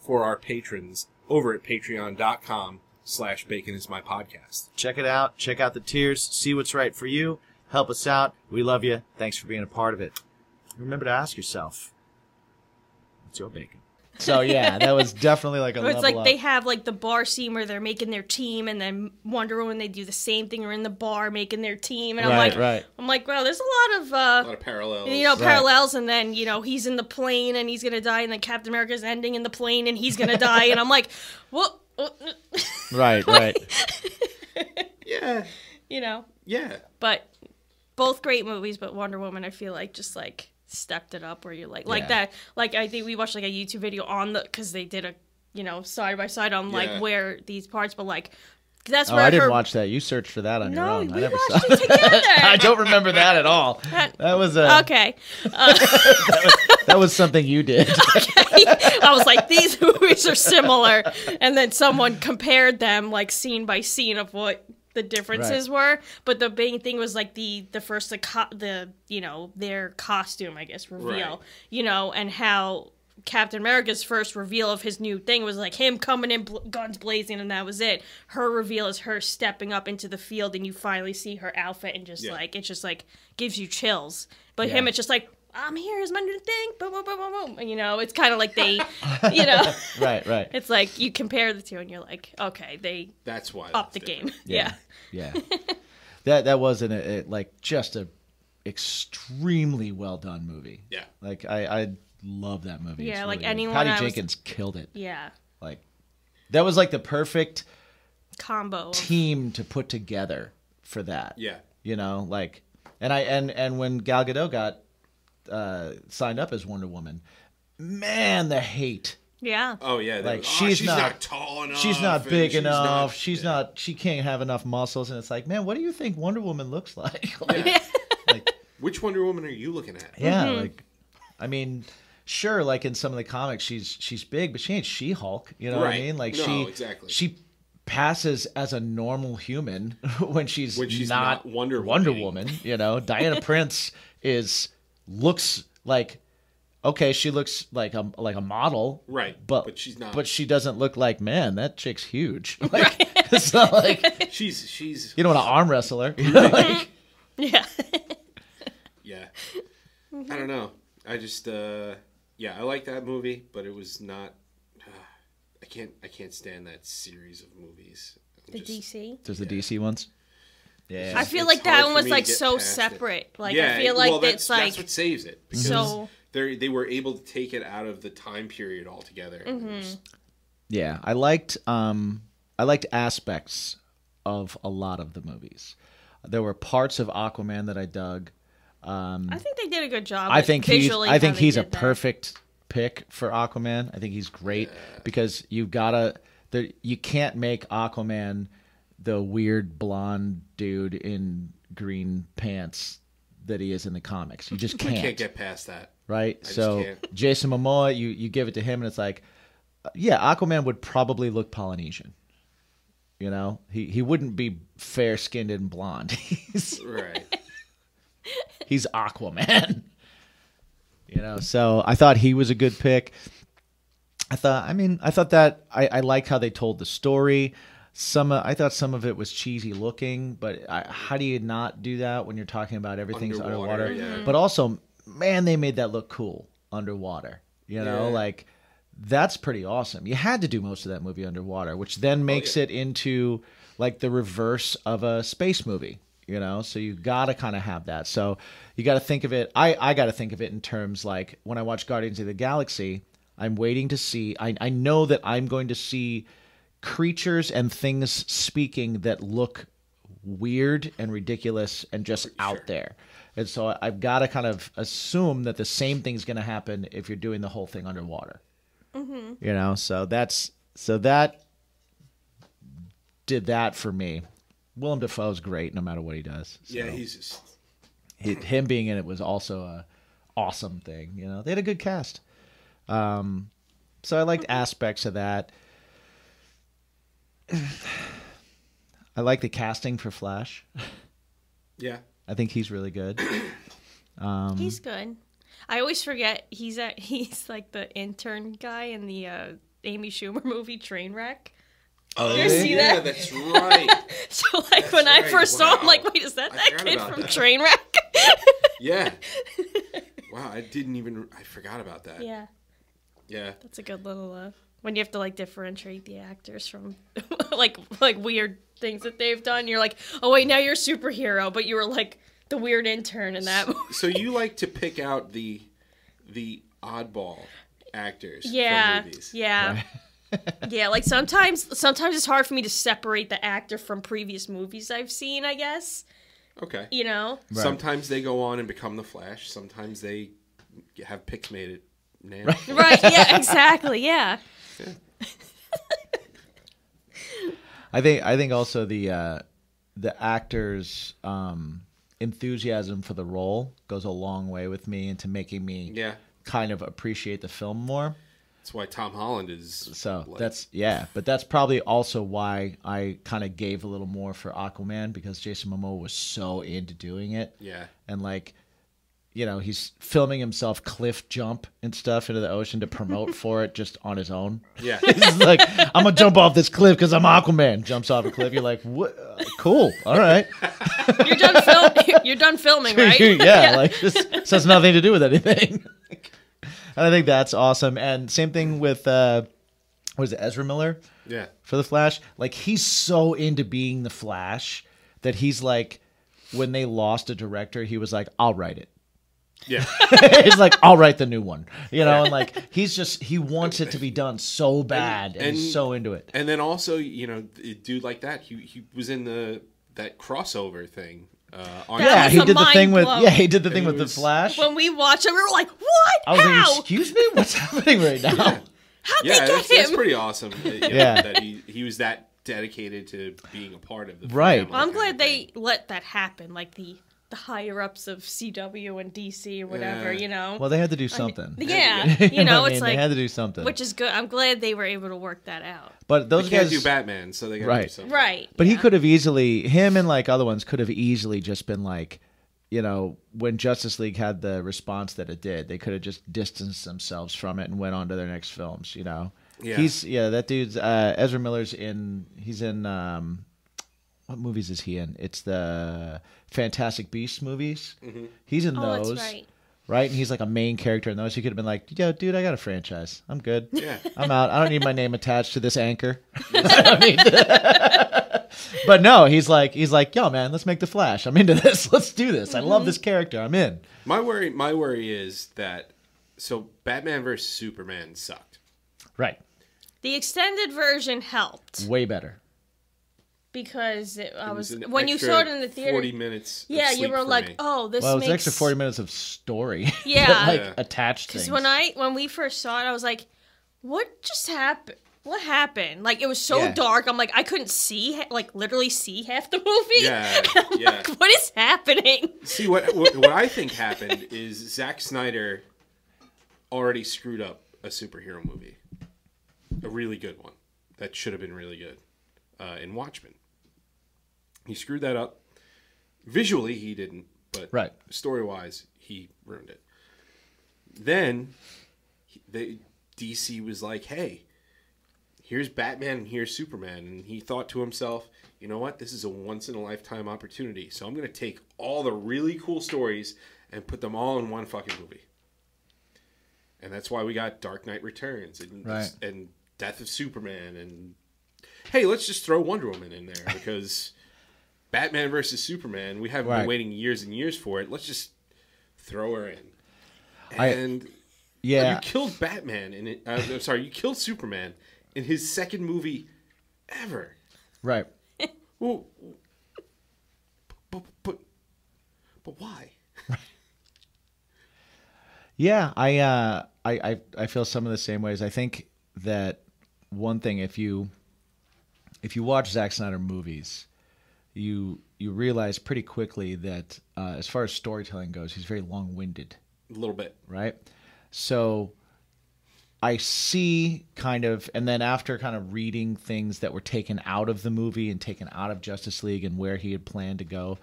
for our patrons over at patreon.com slash bacon is my podcast.
Check it out. Check out the tiers. See what's right for you. Help us out. We love you. Thanks for being a part of it. Remember to ask yourself, what's your bacon?
So yeah, that was definitely like a
Or it's
level
like
up.
they have like the bar scene where they're making their team, and then Wonder Woman they do the same thing. Or in the bar making their team, and I'm
Right,
like,
right.
I'm like, wow, there's a lot of uh,
A lot of parallels.
You know,
Right.
parallels, and then you know he's in the plane and he's gonna die, and then Captain America's ending in the plane and he's gonna die, and I'm like, what? what-
Right, right.
yeah.
You know.
Yeah.
But both great movies, but Wonder Woman, I feel like just like stepped it up where you're like like
Yeah.
that. Like I think we watched like a YouTube video on the because they did a you know side by side on
Yeah.
like where these parts, but like that's
oh,
where
I didn't
her-
watch that. You searched for that on your
No,
own.
we
I never
watched
saw it I don't remember that at all.
That-
That was a
okay. Uh,
that was something you did.
I was like, these movies are similar. And then someone compared them like scene by scene of what the differences were. But the main thing was like the the first the co- the you know their costume I guess reveal
Right.
you know and how. Captain America's first reveal of his new thing was like him coming in, bl- guns blazing, and that was it. Her reveal is her stepping up into the field, and you finally see her outfit, and just
Yeah.
like it just like gives you chills. But
Yeah.
him, it's just like I'm here, here's my new thing, boom, boom, boom, boom, boom. And, You know, it's kind of like they, you know,
right, right.
it's like you compare the two and you're like, okay, they
that's why
up the game. Yeah.
Yeah. that that was an a, like just a extremely well done movie.
Yeah.
Like I I love that movie. It's
Yeah, like
really good.
anyone
Patty
I was-
Jenkins killed it.
Yeah.
Like that was like the perfect
Combo. of-
team to put together for that.
Yeah.
You know, like and I and and when Gal Gadot got uh signed up as Wonder Woman, man, the hate.
Yeah.
Oh yeah.
like she's, not,
tall enough.
She's not
and
big
she's
enough.
not-
she's not. She can't have enough muscles. And it's like, man, what do you think Wonder Woman looks like? Like,
Which Wonder Woman are you looking at?
yeah, like, I mean, sure, like in some of the comics, she's she's big, but she ain't She Hulk. You know what I
Right.
mean? Like
No,
she
exactly.
she passes as a normal human when she's
When she's not
Wonder Wonder Woman. You know, Diana Prince is looks like. Okay, she looks like a like a model,
Right,
But,
but she's not.
But she doesn't look like man. That chick's huge. Like, it's not like
she's she's
you don't want to arm wrestle her. You know, like,
yeah.
yeah. I don't know. I just uh yeah, I like that movie, but it was not I can't I can't stand that series of movies. I'm
The
just-
DC.
there's the DC ones.
it's
Yeah,
I
just-
feel
it's
like that
hard
one
for
was
me to
like
get
so
past it.
separate. Like
Yeah,
I feel like
well, that's,
it's like
that's what saves it because
so
they they were able to take it out of the time period altogether.
Mhm.
Yeah, I liked um, I liked aspects of a lot of the movies. There were parts of Aquaman that I dug. Um,
I think they did a good job.
I
with
think he's
visually
I
how
think
they
he's a
did that.
perfect pick for Aquaman. I think he's great because you've gotta there you can't make Aquaman the weird blonde dude in green pants that he is in the comics. You just
I
can't.
can't get past that.
Right?
I just
so
can't.
Jason Momoa, you you give it to him and it's like yeah, Aquaman would probably look Polynesian. You know? He he wouldn't be fair skinned and blonde. he's
right.
he's Aquaman. You know, so I thought he was a good pick. I thought, I mean, I thought that I, I liked how they told the story. Some, I thought some of it was cheesy looking, but I, how do you not do that when you're talking about everything's
Underwater,
underwater?
yeah.
But also, man, they made that look cool underwater. You know,
Yeah.
like that's pretty awesome. You had to do most of that movie underwater, which then
Oh,
makes it into like the reverse of a space movie, you know? So you got to kind of have that. So you got to think of it I I got to think of it in terms like when I watch Guardians of the Galaxy, I'm waiting to see I I know that I'm going to see creatures and things speaking that look weird and ridiculous and just out there. And so I- I've got to kind of assume that the same thing's going to happen if you're doing the whole thing underwater
Mm-hmm.
you know so that's so that did that for me willem dafoe's great no matter what he does so
Yeah, he's just
hi- him being in it was also a awesome thing you know they had a good cast um so i liked aspects of that i like the casting for flash
Yeah.
i think he's really good um
He's good. I always forget he's a, he's like the intern guy in the uh, Amy Schumer movie Trainwreck.
Oh,
you ever see
yeah,
that?
that's right.
so like when I
right,
first saw him,
wow.
like, wait, is that that
forgot
kid
about
from
that.
Trainwreck?
Yeah. wow, I didn't even. I forgot about that.
yeah,
Yeah.
that's a good little uh, when you have to like differentiate the actors from like like weird things that they've done. You're like, oh wait, now you're a superhero, but you were like the weird intern in that.
So you like to pick out the the oddball actors.
yeah
From movies.
yeah yeah like sometimes sometimes it's hard for me to separate the actor from previous movies i've seen i guess
Okay.
you know
Sometimes they go on and become the Flash. Sometimes they have picks made it. Now.
right yeah exactly yeah
I think I think also the uh, the actor's um, enthusiasm for the role goes a long way with me into making me
Yeah.
kind of appreciate the film more.
That's why Tom Holland is.
So that's yeah, but that's probably also why I kind of gave a little more for Aquaman because Jason Momoa was so into doing it.
Yeah.
and like. You know, he's filming himself cliff jump and stuff into the ocean to promote for it just on his own.
Yeah.
He's like, I'm gonna jump off this cliff because I'm Aquaman. Jumps off a cliff. You're like, what? Uh, cool. All right.
you're done film- you're done filming right
yeah, Like this, this has nothing to do with anything. and I think that's awesome. And same thing with uh, what is it, Ezra Miller?
Yeah.
For the Flash, like he's so into being the Flash that he's like, when they lost a director, he was like, I'll write it.
Yeah.
he's like, I'll write the new one. You know, and like he's just he wants it to be done so bad and, he's so into it.
And then also, you know, a dude like that, he he was in the Uh, that crossover thing. Uh, on
yeah, he did the thing with
blow.
yeah, he did the thing
And he
with the
was-
Flash.
when we watched it we were like what
I was
how
like, excuse me, what's happening right now?
yeah, that's, that's
him?
pretty awesome. uh, you know,
Yeah.
that he, he was that dedicated to being a part of the
Right.
family.
well, i'm glad they let that happen like the the higher ups of cw and dc or whatever
Yeah.
you know
Well, they had to do
I mean,
something.
yeah
You
you
know
know
what I
it's
mean? They
like
had to do something.
which is good i'm glad they were able to work that out
But those
they can't
guys
do Batman, so they got
right,
do something.
right
But he could have easily him and like other ones could have easily just been like, you know, when Justice League had the response that it did, they could have just distanced themselves from it and went on to their next films. You know,
Yeah.
he's yeah that dude's uh, Ezra Miller's in he's in um, what movies is he in? It's the Fantastic Beasts movies.
Mhm.
He's in
Oh, that's
those.
right.
right? and he's like a main character in those. He could have been like, "Yo, dude, I got a franchise. I'm good.
Yeah.
I'm out. I don't need my name attached to this anchor. I don't need to-" but no, he's like, he's like, "Yo, man, let's make the Flash. I'm into this. Let's do this. I love
Mhm.
this character. I'm in."
My worry, my worry is that so Batman versus Superman sucked.
Right.
the extended version helped
Way better.
because it, I
It
was,
was an
when you
extra
saw it in the theater.
40 minutes of
Yeah, you
sleep
were
for
like,
me.
"Oh, this
well, it was
makes."
an extra 40 minutes of story.
Yeah.
that, like
Yeah.
attached
Because
things.
when I when we first saw it, I was like, "What just happened? What happened? Like it was so
Yeah.
dark. I'm like, I couldn't see, ha- like literally see half the movie.
Yeah,
I'm
yeah.
like, what is happening?
See what what, what I think happened is Zack Snyder already screwed up a superhero movie, a really good one that should have been really good uh, in Watchmen. He screwed that up. Visually, he didn't, but
Right.
story wise, he ruined it. Then he- they, DC was like, "Hey, here's Batman and here's Superman. And he thought to himself, you know what? This is a once in a lifetime opportunity. So I'm going to take all the really cool stories and put them all in one fucking movie. and that's why we got Dark Knight Returns and
Right.
and Death of Superman and hey, let's just throw Wonder Woman in there because Batman versus Superman. We haven't
Right.
been waiting years and years for it. Let's just throw her in.
I-
And
Yeah.
you killed Batman in it. Uh, I'm sorry, you killed Superman in his second movie ever.
Right.
Well, but but but why?
Yeah, I, uh, I I I feel some of the same ways. I think that one thing, if you if you watch Zack Snyder movies, you you realize pretty quickly that uh, as far as storytelling goes, he's very long winded.
A little bit.
right? So I see kind of, and then after kind of reading things that were taken out of the movie and taken out of Justice League and where he had planned to go,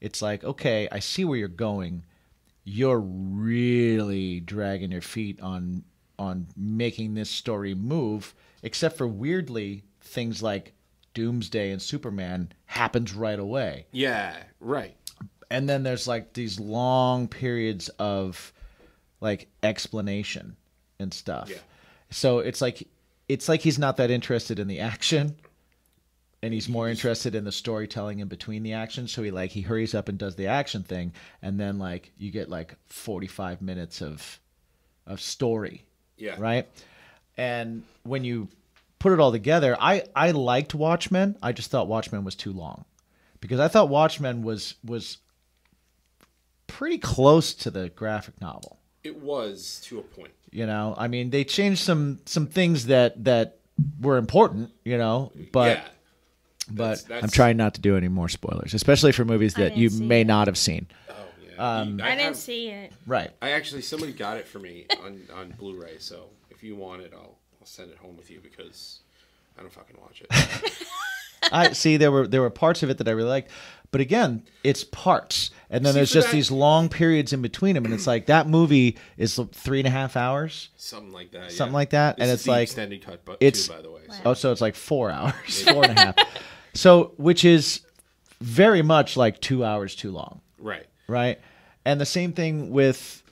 it's like, okay, I see where you're going. You're really dragging your feet on on making this story move, except for weirdly things like Doomsday and Superman happens right away
Yeah, right.
and then there's like these long periods of like explanation and stuff.
Yeah.
So it's like it's like he's not that interested in the action and he's more interested in the storytelling in between the action so he like he hurries up and does the action thing and then like you get like 45 minutes of of story.
Yeah.
Right? And when you put it all together, I I liked Watchmen. I just thought Watchmen was too long. Because I thought Watchmen was was pretty close to the graphic novel.
It was to a point.
You know, I mean, they changed some some things that that were important. You know, but
Yeah.
but
that's-
I'm trying not to do any more spoilers, especially for movies
I
that
didn't
you
see
may
it.
not have seen. Um,
I didn't see it.
Right.
I actually somebody got it for me on on Blu-ray. So if you want it, I'll I'll send it home with you because I don't fucking watch it.
I see there were there were parts of it that I really liked, but again, it's parts, and then
See,
there's
for
just
that-
these long periods in between them, and it's like that movie is three and a half hours,
Something like that,
something
yeah.
like that, and
This is
it's
the
like
extended cut, but- too,
it's
by the way, so-
oh, so it's like four hours,
Yeah.
four and a half, so which is very much like two hours too long,
Right.
Right, and the same thing with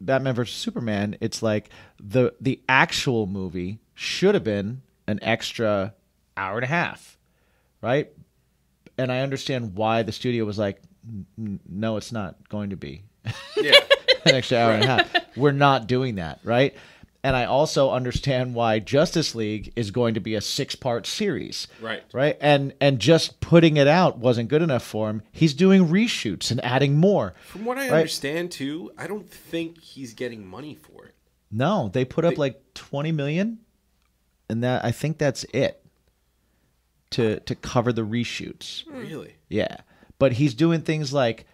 Batman versus Superman. It's like the the actual movie should have been an extra hour and a half, right? And I understand why the studio was like, "N- n- no, it's not going to be
yeah.
an extra hour and a half. We're not doing that, right? And I also understand why Justice League is going to be a six part series.
Right.
Right. And and just putting it out wasn't good enough for him. He's doing reshoots and adding more.
From what I
right?
understand, too, I don't think he's getting money for it.
No, they put up like 20 million and that I think that's it to to cover the reshoots.
Really?
Yeah. But he's doing things like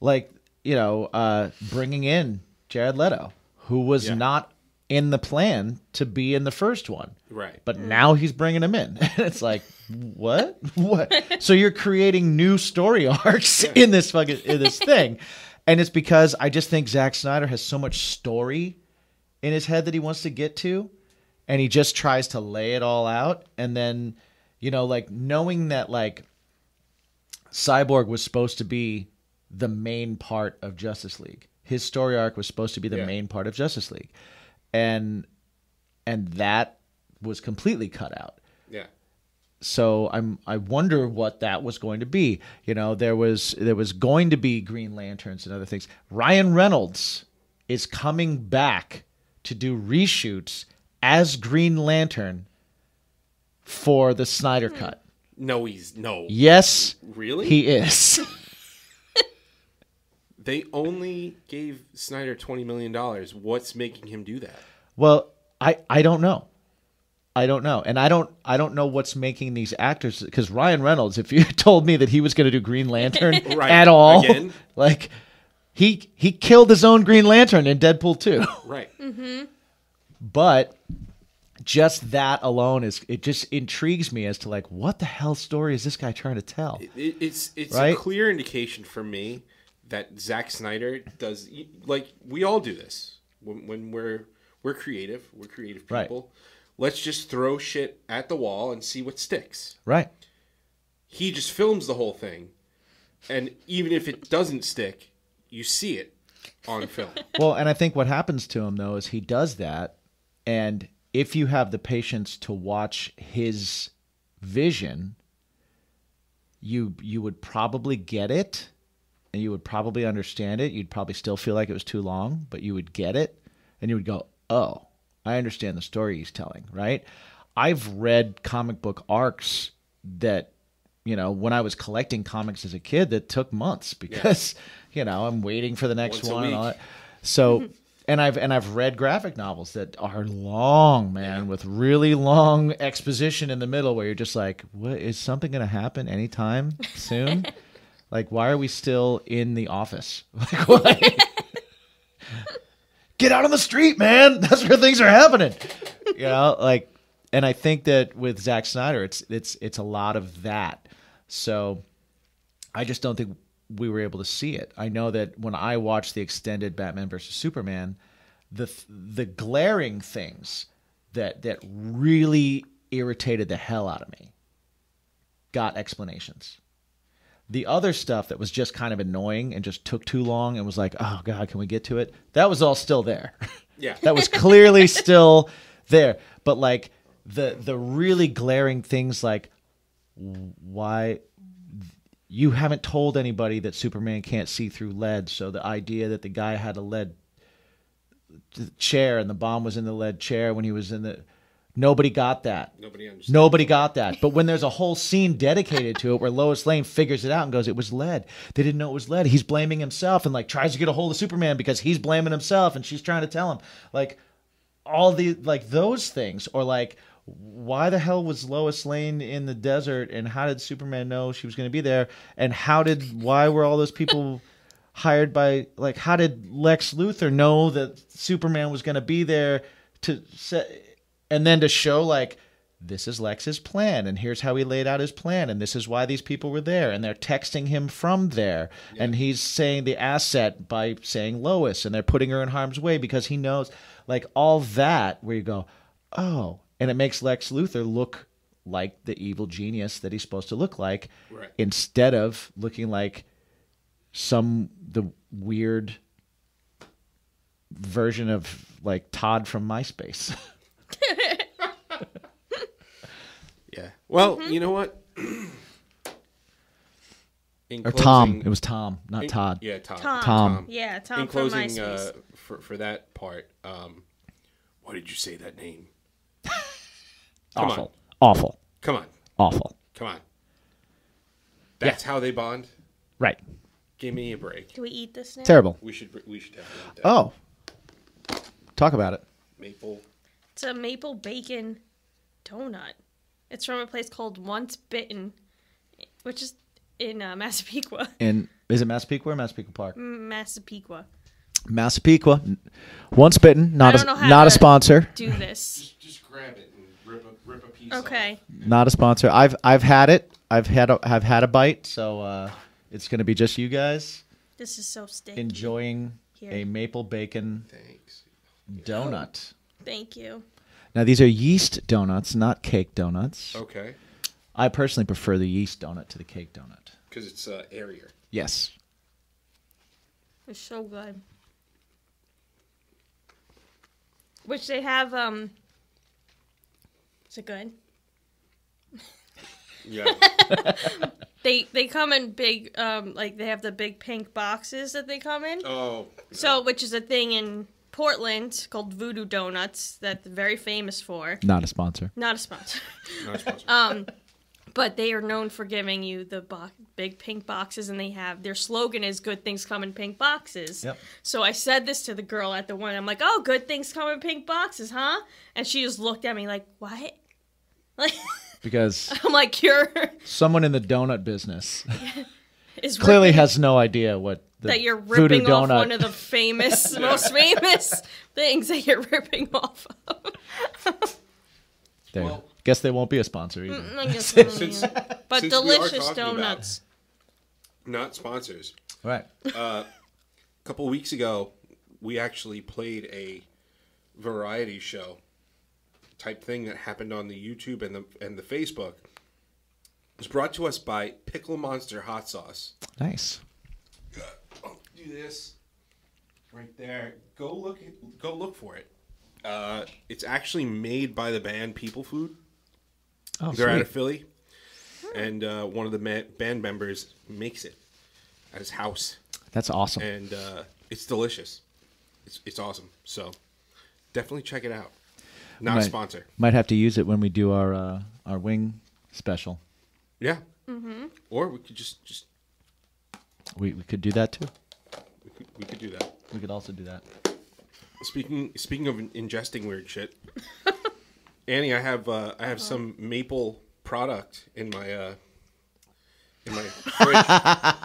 like you know, uh bringing in Jared Leto, who was not in the plan to be in the first one.
Right.
But now he's bringing him in. And it's like, what? What? so you're creating new story arcs in this fucking in this thing. And it's because I just think Zack Snyder has so much story in his head that he wants to get to and he just tries to lay it all out and then you know like knowing that like cyborg was supposed to be the main part of justice league his story arc was supposed to be the main part of justice league and and that was completely cut out
Yeah.
so I'm I wonder what that was going to be. You know, there was there was going to be Green Lanterns and other things. Ryan Reynolds is coming back to do reshoots as Green Lantern for the Snyder cut.
No, he's no.
Yes.
Hmm. Really?
He is.
They only gave Snyder twenty million dollars. What's making him do that?
Well, I I don't know. I don't know, and I don't I don't know what's making these actors because Ryan Reynolds. If you told me that he was going to do Green Lantern
Right,
at all,
again.
like he he killed his own Green Lantern in Deadpool two,
Right.
Mm-hmm.
but just that alone is it just intrigues me as to like what the hell story is this guy trying to tell?
It, it's it's
Right?
a clear indication for me that Zack Snyder does like we all do this when, when we're we're creative. We're creative
Right.
people. Let's just throw shit at the wall and see what sticks.
Right?
He just films the whole thing, and even if it doesn't stick, you see it on film.
well, and I think what happens to him though is he does that, and if you have the patience to watch his vision, you you would probably get it, and you would probably understand it. You'd probably still feel like it was too long, but you would get it, and you would go, "Oh, I understand the story he's telling." Right? I've read comic book arcs that you know when I was collecting comics as a kid that took months because you know I'm waiting for the next next
Once a
one. and all
week.
that. So, and I've and I've read graphic novels that are long, man, with really long exposition in the middle where you're just like, "What is something going to happen anytime soon?" like, why are we still in the office? Like, why? Get out on the street, man. That's where things are happening. You know, like, and I think that with Zack Snyder, it's it's it's a lot of that. So I just don't think we were able to see it. I know that when I watched the extended Batman versus Superman, the th- the glaring things that that really irritated the hell out of me got explanations. The other stuff that was just kind of annoying and just took too long and was like, "Oh god, can we get to it?" That was all still there.
Yeah.
that was clearly still there. But like the the really glaring things like why you haven't told anybody that Superman can't see through lead. So the idea that the guy had a lead chair and the bomb was in the lead chair when he was in the nobody got that.
Nobody understood.
Nobody got that. But when there's a whole scene dedicated to it where Lois Lane figures it out and goes, "It was lead. They didn't know it was lead." He's blaming himself and like tries to get a hold of Superman because he's blaming himself and she's trying to tell him like all the like those things or like why the hell was Lois Lane in the desert and how did Superman know she was going to be there and how did why were all those people hired by like how did Lex Luthor know that Superman was going to be there to set and then to show like this is Lex's plan and here's how he laid out his plan and this is why these people were there and they're texting him from there and he's saying the asset by saying Lois and they're putting her in harm's way because he knows like all that where you go oh and it makes Lex Luthor look like the evil genius that he's supposed to look like
Right.
instead of looking like some the weird version of like Todd from MySpace.
Yeah. Well, you know what? In
Or Tom.
closing-
It was Tom, not
in-
Todd.
Yeah, Tom.
Tom. Tom.
Yeah, Tom
In
from
closing, uh,
MySpace.
for for that part, um, why did you say that name? Come
Awful.
on.
Awful.
Come on.
Awful.
Come on. That's how they bond.
Right.
Give me a break.
Do we eat this now?
Terrible.
We should. We should have that.
Oh. Talk about it.
maple.
It's a maple bacon donut. It's from a place called Once Bitten, which is in uh, Massapequa.
And is it Massapequa or Massapequa Park?
Mm, Massapequa.
Massapequa. Once bitten, not
I don't know
a
how
not
to
a sponsor.
Do this.
Just grab it and rip a, rip a piece.
Okay.
Not a sponsor. I've I've had it. I've had a, I've had a bite, so uh, it's going to be just you guys
This is so sticky.
enjoying
Here.
a maple bacon donut.
Thank you.
Now these are yeast donuts, not cake donuts.
Okay.
I personally prefer the yeast donut to the cake donut.
Because it's uh, airier.
Yes.
It's so good. Which they have. Um. Is it good?
Yeah.
They they come in big. Um. Like they have the big pink boxes that they come in.
oh.
So, which is a thing in Portland called Voodoo Donuts that they're very famous for.
Not a sponsor.
Not a sponsor.
Not a sponsor.
um, but they are known for giving you the bo- big pink boxes, and they have their slogan is "Good things come in pink boxes."
Yep.
So I said this to the girl at the one. I'm like, "Oh, good things come in pink boxes, huh?" And she just looked at me like, "What?" Like
Because
I'm like, "You're
someone in the donut business
is
clearly
ripping-
has no idea what the
that you're
voodoo
ripping off
donut-
one of the famous, most famous things that you're ripping off of."
There. guess they won't be a sponsor either.
Mm, I guess
Since-
so,
since-
yeah. but
since we are
delicious
talking about-
donuts.
Not sponsors.
Right.
A couple weeks ago, we actually played a variety show type thing that happened on the YouTube and the and the Facebook. It was brought to us by Pickle Monster Hot Sauce.
Nice.
Do Oh, this. right there. Go look. At, go look for it. Uh, it's actually made by the band People Food.
Oh,
They're out of
sweet.
Philly, and uh, one of the ma- band members makes it at his house.
That's awesome.
and uh, it's delicious. It's it's awesome. So definitely check it out. Not
might,
a sponsor.
Might have to use it when we do our uh, our wing special.
Yeah. Mm-hmm. Or we could just just
We we could do that too.
we could, we could do that.
We could also do that.
Speaking speaking of ingesting weird shit, Annie, I have uh, I have some maple product in my uh, in my fridge.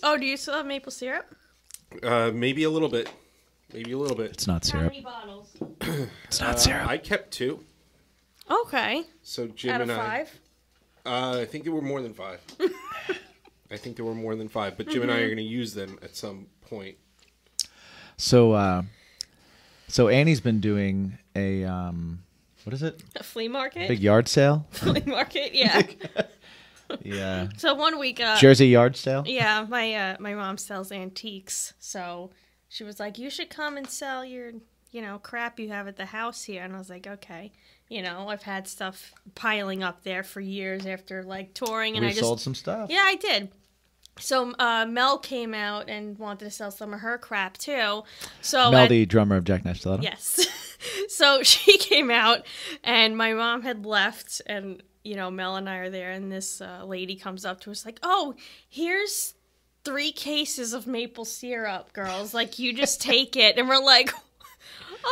Oh, do you still have maple syrup?
uh, maybe a little bit, maybe a little bit. It's
not syrup.
bottles?
it's not syrup. I kept two,
Okay.
so Jim
Out of
and
five?
I. Uh, I think there were more than five. I think there were more than five, but Jim and I
Mhm.
are going to use them at some point.
So uh, so Annie's been doing a um, what is it?
A flea market?
Big yard sale.
Flea market, yeah.
yeah.
so one week uh
Jersey yard sale?
Yeah, my uh my mom sells antiques. So she was like, You should come and sell your you know, crap you have at the house here and I was like, Okay. You know, I've had stuff piling up there for years after like touring and
We
I just
sold some stuff.
Yeah, I did. So uh, Mel came out and wanted to sell some of her crap too. So
Mel,
at-
the drummer of Jack Nash Stiletto.
Yes. so she came out, and my mom had left, and you know Mel and I are there, and this uh, lady comes up to us like, "Oh, here's three cases of maple syrup, girls. Like you just take it." And we're like.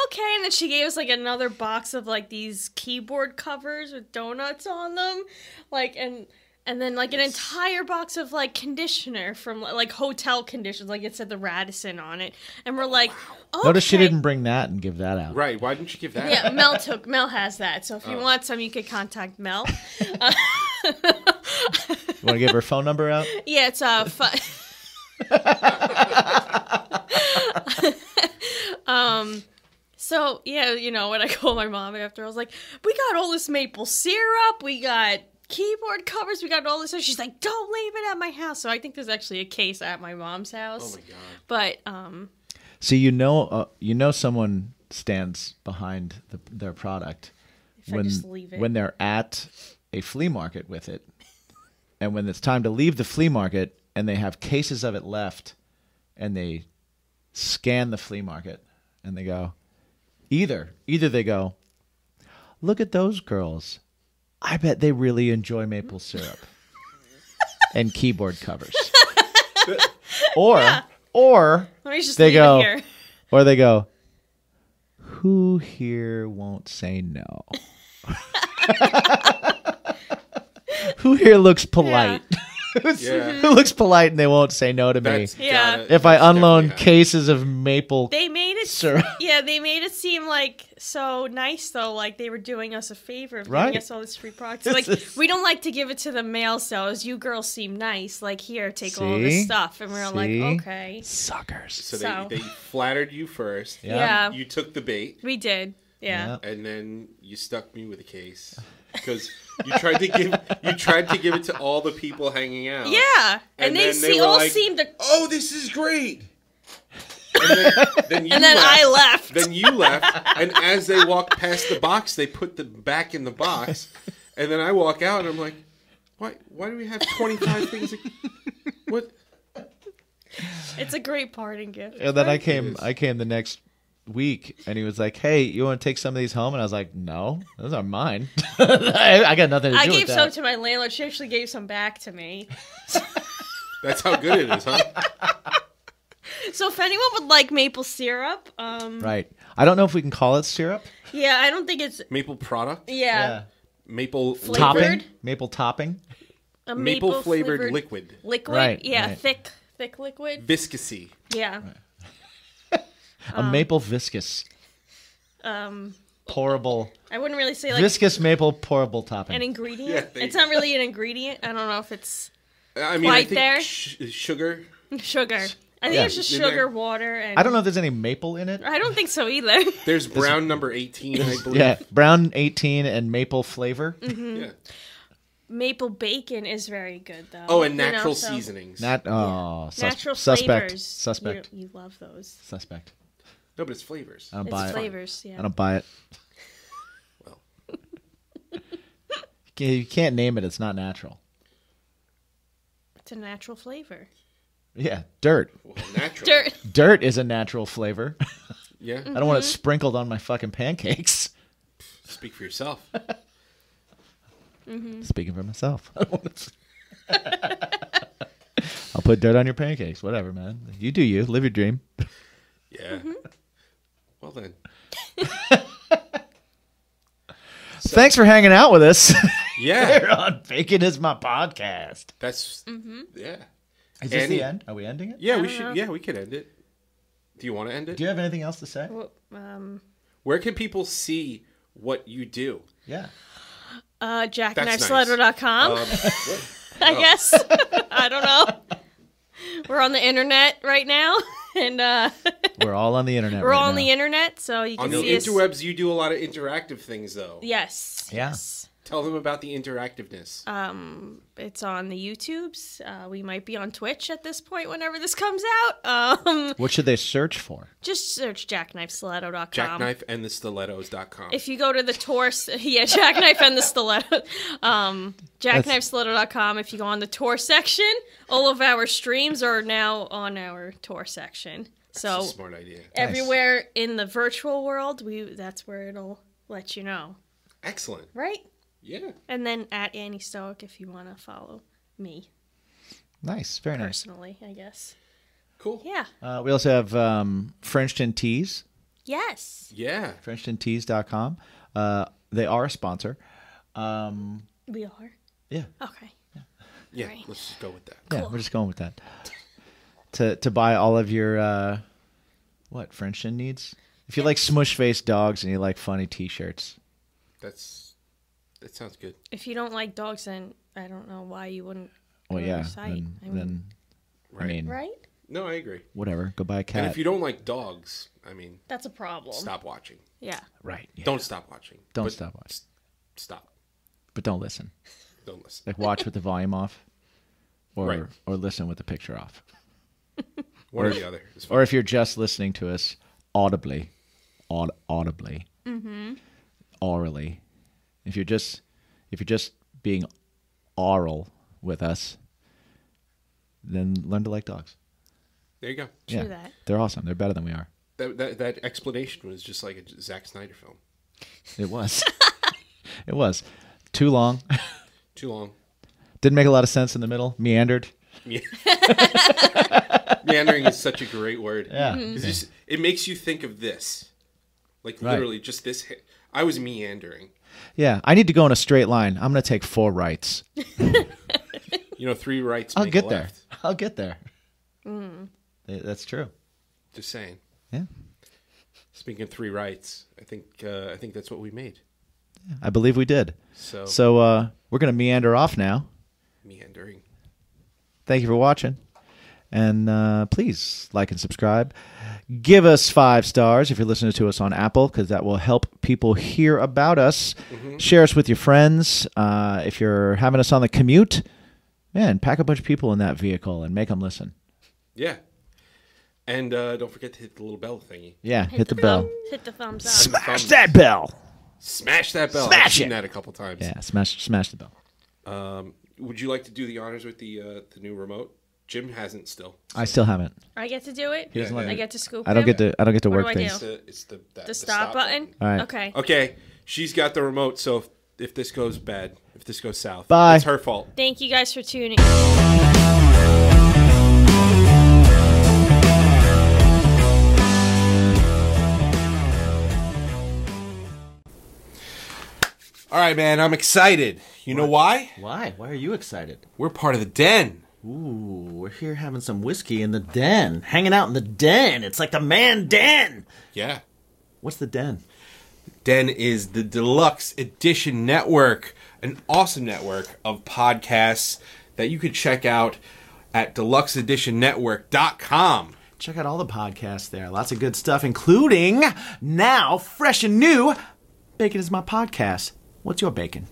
Okay, and then she gave us like another box of like these keyboard covers with donuts on them, like and and then like an entire box of like conditioner from like hotel conditions, like it said the Radisson on it, and we're like, oh,
Notice she didn't bring that and give that out.
Right? Why didn't you give that?
yeah, Mel took. Mel has that. So if you
Oh.
want some, you could contact Mel.
You want to give her phone number out?
yeah, it's uh, fi- um, so yeah, you know, when I called my mom after, I was like, "We got all this maple syrup. We got." Keyboard covers, we got all this. stuff." She's like, "Don't leave it at my house." So I think there's actually a case at my mom's house. Oh my god! But um,
So you know, uh, you know, someone stands behind the, their product
If I just leave it.
when they're at a flea market with it, and when it's time to leave the flea market and they have cases of it left, and they scan the flea market and they go, either either they go, look at those girls, I bet they really enjoy maple syrup and keyboard covers or or
Let me just
they
leave it
go
here.
or they go who here won't say no who here looks polite Who's-
Yeah.
Mm-hmm.
who looks polite and they won't say no to
That's
me
Yeah. gotta-
if i unload cases of maple
They made it.
syrup
Yeah, they made it seem like so nice though, like they were doing us a favor, of
Right.
giving us all this free products.
This
Like
is-
we don't like to give it to the male sellers. You girls seem nice. Like here, take all this
See?
stuff, and we're
See?
like, okay,
suckers.
So,
So.
They, they flattered you first.
Yeah. Yeah.
You took the bait.
we did. Yeah.
And then you stuck me with a case because you tried to give you tried to give it to all the people hanging out.
Yeah, and, they,
then
see,
were
all
like-
seemed to.
Oh, this is great.
and then I left.
Then you left, and as they walked past the box, they put the back in the box, and then I walk out, and I'm like, why? Why do we have 25 things? Like, what?
It's a great parting gift.
and then i came i came the next week and he was like hey you want to take some of these home and i was like no those are mine I, I got nothing to
I
do
gave
with that
some to my landlord. She actually gave some back to me.
That's how good it is, huh?
So if anyone would like maple syrup, um,
Right. I don't know if we can call it syrup.
Yeah, I don't think it's.
Maple product.
Yeah.
Maple
Topping.
Flavored?
Maple topping.
A
Maple flavored
flavored
liquid.
Liquid,
Right,
yeah,
right.
thick, thick liquid.
Viscousy.
Yeah.
A maple viscous
Um,
pourable.
I wouldn't really say like
viscous maple pourable topping.
an ingredient.
Yeah,
it's
they-
not really an ingredient. I don't know if it's
I mean, I
quite
think
there.
sh- sugar.
sugar. I think
Yeah.
it's just
In
sugar,
there.
water, and
I don't know if there's any maple in it.
I don't think so either.
There's brown number 18, I believe.
Yeah, brown 18 and maple flavor.
Mhm. maple bacon is very good though.
Oh,
you
and
know,
natural
so-
seasonings.
Nat- oh, sus-
natural
suspect.
flavors.
Suspect.
You, you love those.
Suspect.
No, but it's flavors.
I don't
It's
buy
flavors,
it.
yeah.
I don't buy it. well, you can't name it. It's not natural.
It's a natural flavor.
Yeah, dirt.
natural. Dirt. Mm-hmm.
Dirt is a natural flavor.
Yeah.
I don't want
Mhm.
it sprinkled on my fucking pancakes.
Speak for yourself.
Mm-hmm.
Speaking for myself, I don't want it. I'll put dirt on your pancakes. Whatever, man. You do you. Live your dream.
Yeah.
Mm-hmm.
Well then.
Thanks for hanging out with us.
Yeah.
Here on Bacon is my podcast.
That's
Mm-hmm.
yeah.
Is this
Annie-
the end? Are we ending it?
Yeah, we
I
should.
don't know.
Yeah, we could end it. Do you want to end it?
Do you have anything else to say?
Well, um,
Where can people see what you do?
Yeah.
uh,
That's
jackknifeslaughter.com.
nice. Um, what?
I
Oh.
guess. I don't know. We're on the internet right now, and uh,
We're all on the internet.
we're
right
all on
now.
the internet, so you
On
can
the
see us.
interwebs, you do a lot of interactive things, though.
Yes.
Yeah.
Tell them about the interactiveness.
Um, it's on the YouTubes. Uh, we might be on Twitch at this point whenever this comes out. Um,
What should they search for?
just search jackknifesalado.com.
Jackknife and the stilettos.com.
If you go to the torse, yeah, jackknife and the stiletto. Um, jackknifestiletto.com. If you go on the tour section, all of our streams are now on our tour section. So
That's a smart idea.
Everywhere in the virtual world, we that's where it'll let you know,
Excellent.
right?
Yeah.
And then at Annie Stoic if you want to follow me
Nice. Very nice.
personally, I guess.
Cool.
Yeah.
Uh, we also have um, Frenchton Teas,
Yes.
Yeah.
FrenchtonTeas.com. Uh, they are a sponsor. Um,
We are.
Yeah.
Okay.
Yeah. Let's just go with that.
Yeah, we're just going with that. To to buy all of your uh, what Frenchton needs. If you like smush faced dogs and you like funny t shirts,
That's that sounds good.
If you don't like dogs, then I don't know why you wouldn't.
well,
go to
yeah,
our site.
then,
I mean,
then I mean,
right?
No, I agree.
whatever. Go buy a cat.
And if you don't like dogs, I mean,
That's a problem.
Stop watching.
Yeah.
Right,
Don't stop watching.
Don't
But
stop watching,
Stop.
but don't listen.
Don't listen.
Like watch with the volume off, or
Right.
or listen with the picture off.
One or
if-
the other is
Or if you're just listening to us audibly, aud- audibly,
Mm-hmm.
orally. If you're just if you're just being oral with us, then learn to like dogs.
There you go.
yeah, they're awesome. They're better than we are.
That, that that explanation was just like a Zack Snyder film.
It was. it was too long.
Too long.
Didn't make a lot of sense in the middle. Meandered.
Me- Meandering is such a great word.
Yeah. Mhm.
'Cause It, just- it makes you think of this. Like
Right.
literally just this. hi- I was meandering.
Yeah, I need to go in a straight line. I'm gonna take four rights.
You know, three rights.
I'll
make
get
a
there.
left.
I'll get there.
Mm.
Th- That's true.
Just saying.
Yeah.
Speaking of three rights, I think uh, I think that's what we made.
I believe we did.
So-
so uh, we're gonna meander off now.
Meandering.
Thank you for watching. And uh, please like and subscribe. Give us five stars if you're listening to us on Apple, because that will help people hear about us. Share us with your friends. Uh, if you're having us on the commute, man, pack a bunch of people in that vehicle and make them listen.
Yeah. And uh, don't forget to hit the little bell thingy.
Yeah, hit, the, bell.
Hit the thumbs up.
Smash that bell.
Smash that bell. I've
Smash
seen
it.
that a couple times.
Yeah, smash, smash the bell.
Um, would you like to do the honors with the uh, the new remote? Jim hasn't still.
I still haven't.
I get to do it.
He doesn't like
I
it.
get to scoop.
I don't
him?
get to- I don't get to
What
work
do I
things.
do?
It's the- it's the- that-
the
the
stop,
stop
button.
button. All right.
Okay.
Okay, she's got the remote. So if, if this goes bad, if this goes south,
Bye.
It's her fault.
Thank you guys for tuning.
All right, man. I'm excited. You know why?
Why? Why are you excited?
We're part of the den.
Ooh, we're here having some whiskey in the den, hanging out in the den. It's like the man den.
Yeah.
What's the den?
Den is the deluxe edition network, an awesome network of podcasts that you could check out at deluxeeditionnetwork.com.
Check out all the podcasts there. Lots of good stuff, including now fresh and new. Bacon is my podcast. What's your bacon?